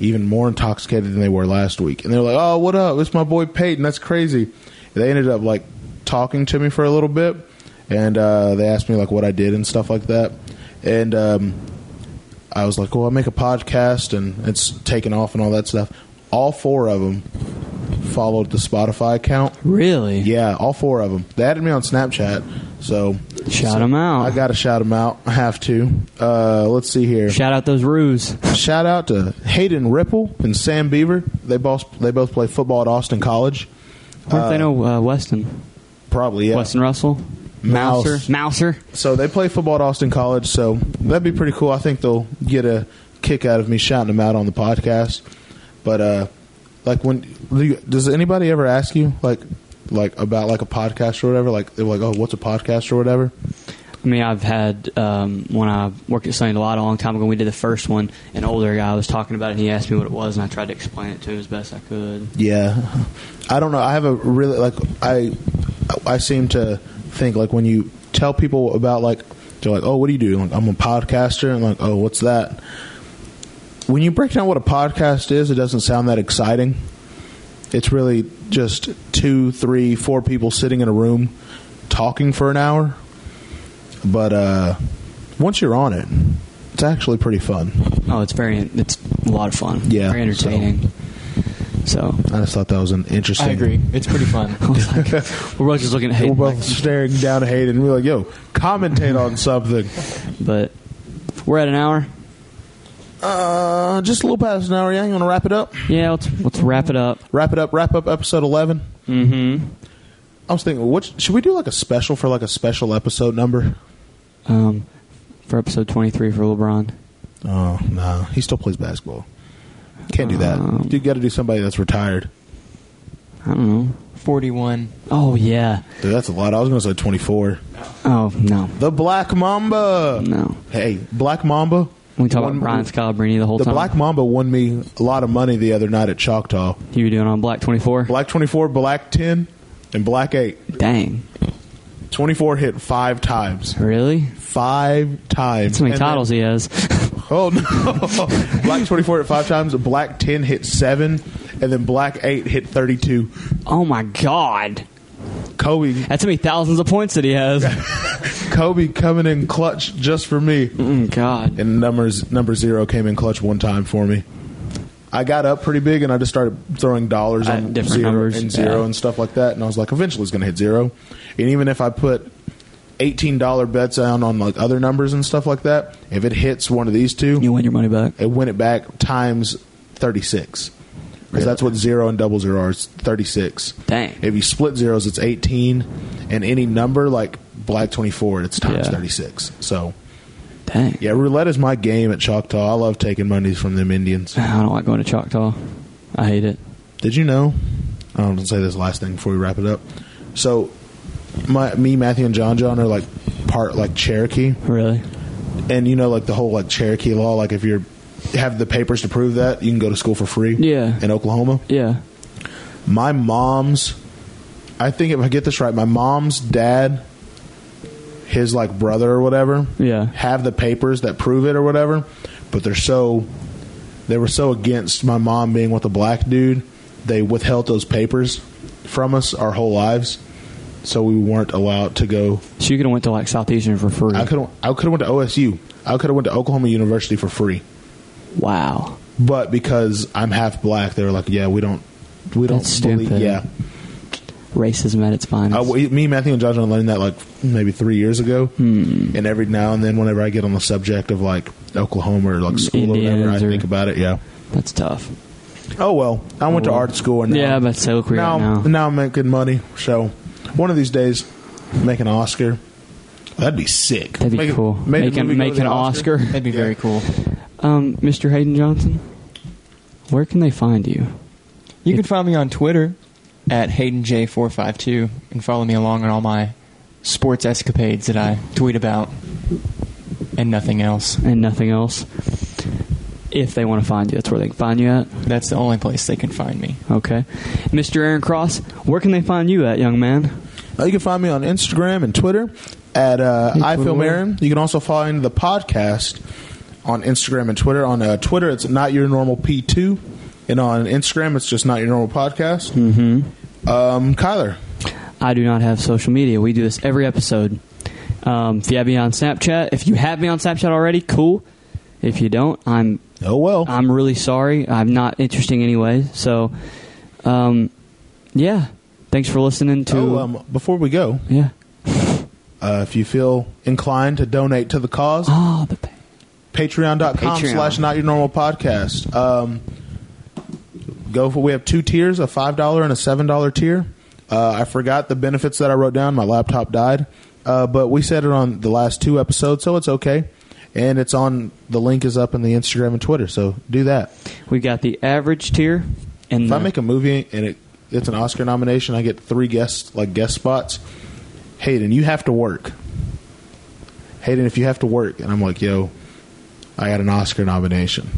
[SPEAKER 2] even more intoxicated than they were last week, and they were like, "Oh, what up? It's my boy Peyton. That's crazy." And they ended up like talking to me for a little bit, and uh, they asked me like what I did and stuff like that, and um, I was like, "Well, I make a podcast, and it's taken off and all that stuff." All four of them followed the Spotify account.
[SPEAKER 1] Really?
[SPEAKER 2] Yeah, all four of them. They added me on Snapchat, so
[SPEAKER 1] Shout 'em out.
[SPEAKER 2] I got to shout them out. I have to. Uh, let's see here.
[SPEAKER 1] Shout out those ruse.
[SPEAKER 2] Shout out to Hayden Ripple and Sam Beaver. They both they both play football at Austin College.
[SPEAKER 1] What if they know uh, Weston?
[SPEAKER 2] Probably yeah.
[SPEAKER 1] Weston Russell?
[SPEAKER 2] Mouse.
[SPEAKER 1] Mouser? Mouser?
[SPEAKER 2] So they play football at Austin College. So that'd be pretty cool. I think they'll get a kick out of me shouting them out on the podcast. But uh, like when do you- does anybody ever ask you like like about like a podcast or whatever? Like they're like, oh, what's a podcast or whatever?
[SPEAKER 1] I mean, I've had um, when I worked at Sunny Delight a long time ago. We did the first one. An older guy was talking about it, and he asked me what it was, and I tried to explain it to him as best I could.
[SPEAKER 2] Yeah, I don't know. I have a really like I I seem to think like when you tell people about like they're like, oh, what do you do? Like, I'm a podcaster, and like, oh, what's that? When you break down what a podcast is, it doesn't sound that exciting. It's really just two, three, four people sitting in a room talking for an hour. But uh, once you're on it, it's actually pretty fun.
[SPEAKER 1] Oh, it's very, it's a lot of fun.
[SPEAKER 2] Yeah,
[SPEAKER 1] very entertaining. So,
[SPEAKER 2] I just thought that was an interesting.
[SPEAKER 3] I agree. It's pretty fun.
[SPEAKER 1] I was like, we're both just looking at Hayden,
[SPEAKER 2] We're both staring down at Hayden. We're like, yo, commentate on something.
[SPEAKER 1] but we're at an hour.
[SPEAKER 2] Uh, just a little past an hour, yeah. You want to wrap it up?
[SPEAKER 1] Yeah, let's let's wrap it up.
[SPEAKER 2] Wrap it up. Wrap up episode 11.
[SPEAKER 1] Mm-hmm.
[SPEAKER 2] I was thinking, what should we do like a special for like a special episode number?
[SPEAKER 1] Um, for episode twenty-three for LeBron.
[SPEAKER 2] Oh, no. He still plays basketball. Can't do that.
[SPEAKER 1] Um,
[SPEAKER 2] you got to do somebody that's retired.
[SPEAKER 1] I don't know.
[SPEAKER 3] 41.
[SPEAKER 1] Oh yeah.
[SPEAKER 2] Dude, that's a lot. I was going to say 24.
[SPEAKER 1] Oh no,
[SPEAKER 2] The Black Mamba.
[SPEAKER 1] no.
[SPEAKER 2] Hey, Black Mamba.
[SPEAKER 1] We talk
[SPEAKER 2] won-
[SPEAKER 1] about Brian Scalabrine the whole
[SPEAKER 2] The
[SPEAKER 1] time.
[SPEAKER 2] Black Mamba won me a lot of money the other night at Choctaw.
[SPEAKER 1] you were doing on Black twenty-four.
[SPEAKER 2] Black 24, Black 10, and Black 8.
[SPEAKER 1] Dang,
[SPEAKER 2] 24 hit five times.
[SPEAKER 1] really?
[SPEAKER 2] Five
[SPEAKER 1] That's
[SPEAKER 2] times.
[SPEAKER 1] how many
[SPEAKER 2] And then-
[SPEAKER 1] titles he has.
[SPEAKER 2] oh, no. black 24 hit five times. Black 10 hit seven. And then black 8 hit 32.
[SPEAKER 1] oh my god.
[SPEAKER 2] Kobe,
[SPEAKER 1] That's how many thousands of points that he has.
[SPEAKER 2] Kobe coming in clutch just for me.
[SPEAKER 1] Mm, God.
[SPEAKER 2] And numbers number zero came in clutch one time for me. I got up pretty big and I just started throwing dollars
[SPEAKER 1] At
[SPEAKER 2] on
[SPEAKER 1] different
[SPEAKER 2] zero
[SPEAKER 1] numbers,
[SPEAKER 2] and zero
[SPEAKER 1] yeah.
[SPEAKER 2] and stuff like that. And I was like, eventually it's going to hit zero. And even if I put eighteen dollar bets down on like other numbers and stuff like that, if it hits one of these two,
[SPEAKER 1] You win your money back.
[SPEAKER 2] it went it back times 36 because that's what zero and double zero are is 36
[SPEAKER 1] Dang.
[SPEAKER 2] if you split zeros it's 18 and any number like black 24 it's times
[SPEAKER 1] Yeah.
[SPEAKER 2] 36 so
[SPEAKER 1] Dang.
[SPEAKER 2] yeah roulette is my game at choctaw i love taking monies from them indians
[SPEAKER 1] I don't like going to Choctaw. I hate it.
[SPEAKER 2] did you know i'm going say this last thing before we wrap it up so my me matthew and john john are like part like cherokee
[SPEAKER 1] Really?
[SPEAKER 2] and you know like the whole like cherokee law like if you're have the papers to prove that you can go to school for free
[SPEAKER 1] Yeah.
[SPEAKER 2] in oklahoma
[SPEAKER 1] Yeah.
[SPEAKER 2] my mom's I think if I get this right, my mom's dad, his like brother or whatever,
[SPEAKER 1] Yeah.
[SPEAKER 2] have the papers that prove it or whatever, but they're so they were so against my mom being with a black dude, they withheld those papers from us our whole lives. So we weren't allowed to go.
[SPEAKER 1] So you could have went to like Southeastern for free.
[SPEAKER 2] I could I could have went to OSU. I could have went to Oklahoma University for free.
[SPEAKER 1] Wow.
[SPEAKER 2] But because I'm half black, they were like, "Yeah, we don't, we don't
[SPEAKER 1] That's
[SPEAKER 2] believe."
[SPEAKER 1] stupid.
[SPEAKER 2] Yeah,
[SPEAKER 1] Racism at its finest.
[SPEAKER 2] Uh, we- me, Matthew, and John John learned that like maybe three years ago.
[SPEAKER 1] Hmm.
[SPEAKER 2] And every now and then, whenever I get on the subject of like Oklahoma or like school or
[SPEAKER 1] Indians
[SPEAKER 2] whatever, I
[SPEAKER 1] or-
[SPEAKER 2] think about it. Yeah.
[SPEAKER 1] That's tough.
[SPEAKER 2] Oh well, I went to
[SPEAKER 1] well.
[SPEAKER 2] art school and now,
[SPEAKER 1] Yeah, but so queer
[SPEAKER 2] now,
[SPEAKER 1] now.
[SPEAKER 2] now I'm making money. So one of these days, make an Oscar. That'd be sick.
[SPEAKER 1] That'd be
[SPEAKER 2] Make a-
[SPEAKER 1] cool.
[SPEAKER 2] make a
[SPEAKER 1] Make, an-
[SPEAKER 2] movie go
[SPEAKER 1] make
[SPEAKER 2] to
[SPEAKER 1] an
[SPEAKER 2] the
[SPEAKER 1] Oscar.
[SPEAKER 3] That'd be
[SPEAKER 2] Yeah.
[SPEAKER 3] very cool.
[SPEAKER 1] Um, Mr. Hayden Johnson, where can they find you?
[SPEAKER 3] You can find me on Twitter at HaydenJ452 and follow me along on all my sports escapades that I tweet about and nothing else.
[SPEAKER 1] And nothing else. if they want to find you, that's where they can find you at.
[SPEAKER 3] That's the only place they can find me.
[SPEAKER 1] Okay. Mr. Aaron Cross, where can they find you at, young man?
[SPEAKER 2] Uh, you can find me on Instagram and Twitter at uh, I Feel Marin. You can also find the podcast on Instagram and Twitter. On uh, Twitter, it's Not Your Normal P2. And on Instagram, it's just Not Your Normal Podcast. Mm-hmm. Um, Kyler.
[SPEAKER 1] I do not have social media. We do this every episode. Um, if you have me on Snapchat, if you have me on Snapchat already, cool. If you don't, I'm
[SPEAKER 2] Oh, well.
[SPEAKER 1] I'm really sorry. I'm not interesting anyway. So, um, yeah. Thanks for listening to.
[SPEAKER 2] Oh, um, before we go,
[SPEAKER 1] yeah.
[SPEAKER 2] uh, if you feel inclined to donate to the cause,
[SPEAKER 1] Oh, the. pa-
[SPEAKER 2] patreon.com
[SPEAKER 1] Patreon.
[SPEAKER 2] slash not your normal podcast um, go for we have two tiers a five dollar and a seven dollar tier uh, i forgot the benefits that i wrote down my laptop died uh, but we said it on the last two episodes so it's okay and it's on the link is up in the instagram and twitter so do that
[SPEAKER 1] We got the average tier, and
[SPEAKER 2] if
[SPEAKER 1] the,
[SPEAKER 2] i make a movie and it it's an oscar nomination i get three guest like guest spots hayden you have to work hayden if you have to work and i'm like yo i got an oscar nomination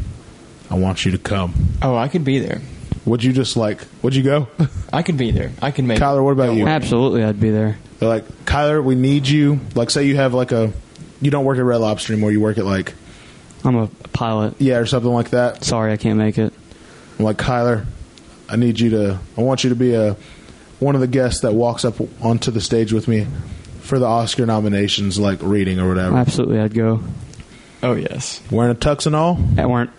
[SPEAKER 2] i want you to come
[SPEAKER 3] Oh, I could be there.
[SPEAKER 2] would you just like would you go
[SPEAKER 3] I could be there. I can make.
[SPEAKER 2] kyler what about you
[SPEAKER 1] absolutely, I'd be there.
[SPEAKER 2] they're like kyler we need you like say you have like a you don't work at red lobster anymore you work at like
[SPEAKER 1] I'm a pilot.
[SPEAKER 2] yeah or something like that
[SPEAKER 1] Sorry, I can't make it.
[SPEAKER 2] I'm like Kyler, I need you to. I want you to be a one of the guests that walks up onto the stage with me for the Oscar nominations, like reading or whatever.
[SPEAKER 1] Absolutely, I'd go.
[SPEAKER 3] Oh yes.
[SPEAKER 2] Wearing a tux and all,
[SPEAKER 1] That weren't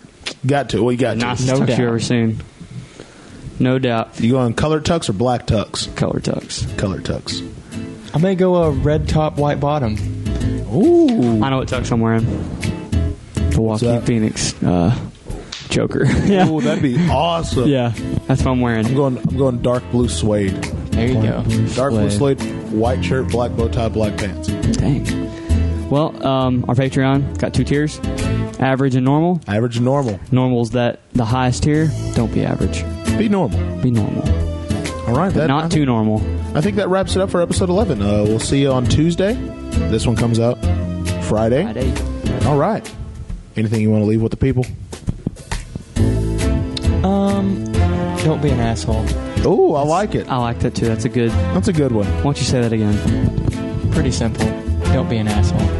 [SPEAKER 2] got to. Well, you got
[SPEAKER 1] nicest
[SPEAKER 2] to.
[SPEAKER 3] No
[SPEAKER 1] tux
[SPEAKER 3] doubt.
[SPEAKER 1] you ever seen. No doubt,
[SPEAKER 2] You going colored tux or black tux?
[SPEAKER 1] color tux.
[SPEAKER 2] Colored tux.
[SPEAKER 3] I may go a red top, white bottom.
[SPEAKER 2] Ooh,
[SPEAKER 1] I know what tux I'm wearing. The Walking
[SPEAKER 2] that?
[SPEAKER 1] Phoenix uh, Joker. yeah,
[SPEAKER 2] Ooh, that'd be awesome.
[SPEAKER 1] yeah, that's what I'm
[SPEAKER 2] I'm
[SPEAKER 1] wearing.
[SPEAKER 2] going. I'm going dark blue suede.
[SPEAKER 3] There you go.
[SPEAKER 2] Dark blue suede, white shirt, black bow tie, black pants.
[SPEAKER 1] Dang. Well, um, our Patreon got two tiers: average and normal.
[SPEAKER 2] Average and normal.
[SPEAKER 1] Normal's that the highest tier. Don't be average.
[SPEAKER 2] Be normal.
[SPEAKER 1] Be normal.
[SPEAKER 2] All right. That, I
[SPEAKER 1] Not too normal.
[SPEAKER 2] I think that wraps it up for episode 11. Uh, we'll see you on Tuesday. This one comes out Friday. All right. Anything you want to leave with the people?
[SPEAKER 3] Um, don't be an asshole.
[SPEAKER 2] Oh, I like it.
[SPEAKER 1] I like that too. That's a good.
[SPEAKER 2] That's a good one.
[SPEAKER 1] Why don't you say that again?
[SPEAKER 3] Pretty simple. Don't be an asshole.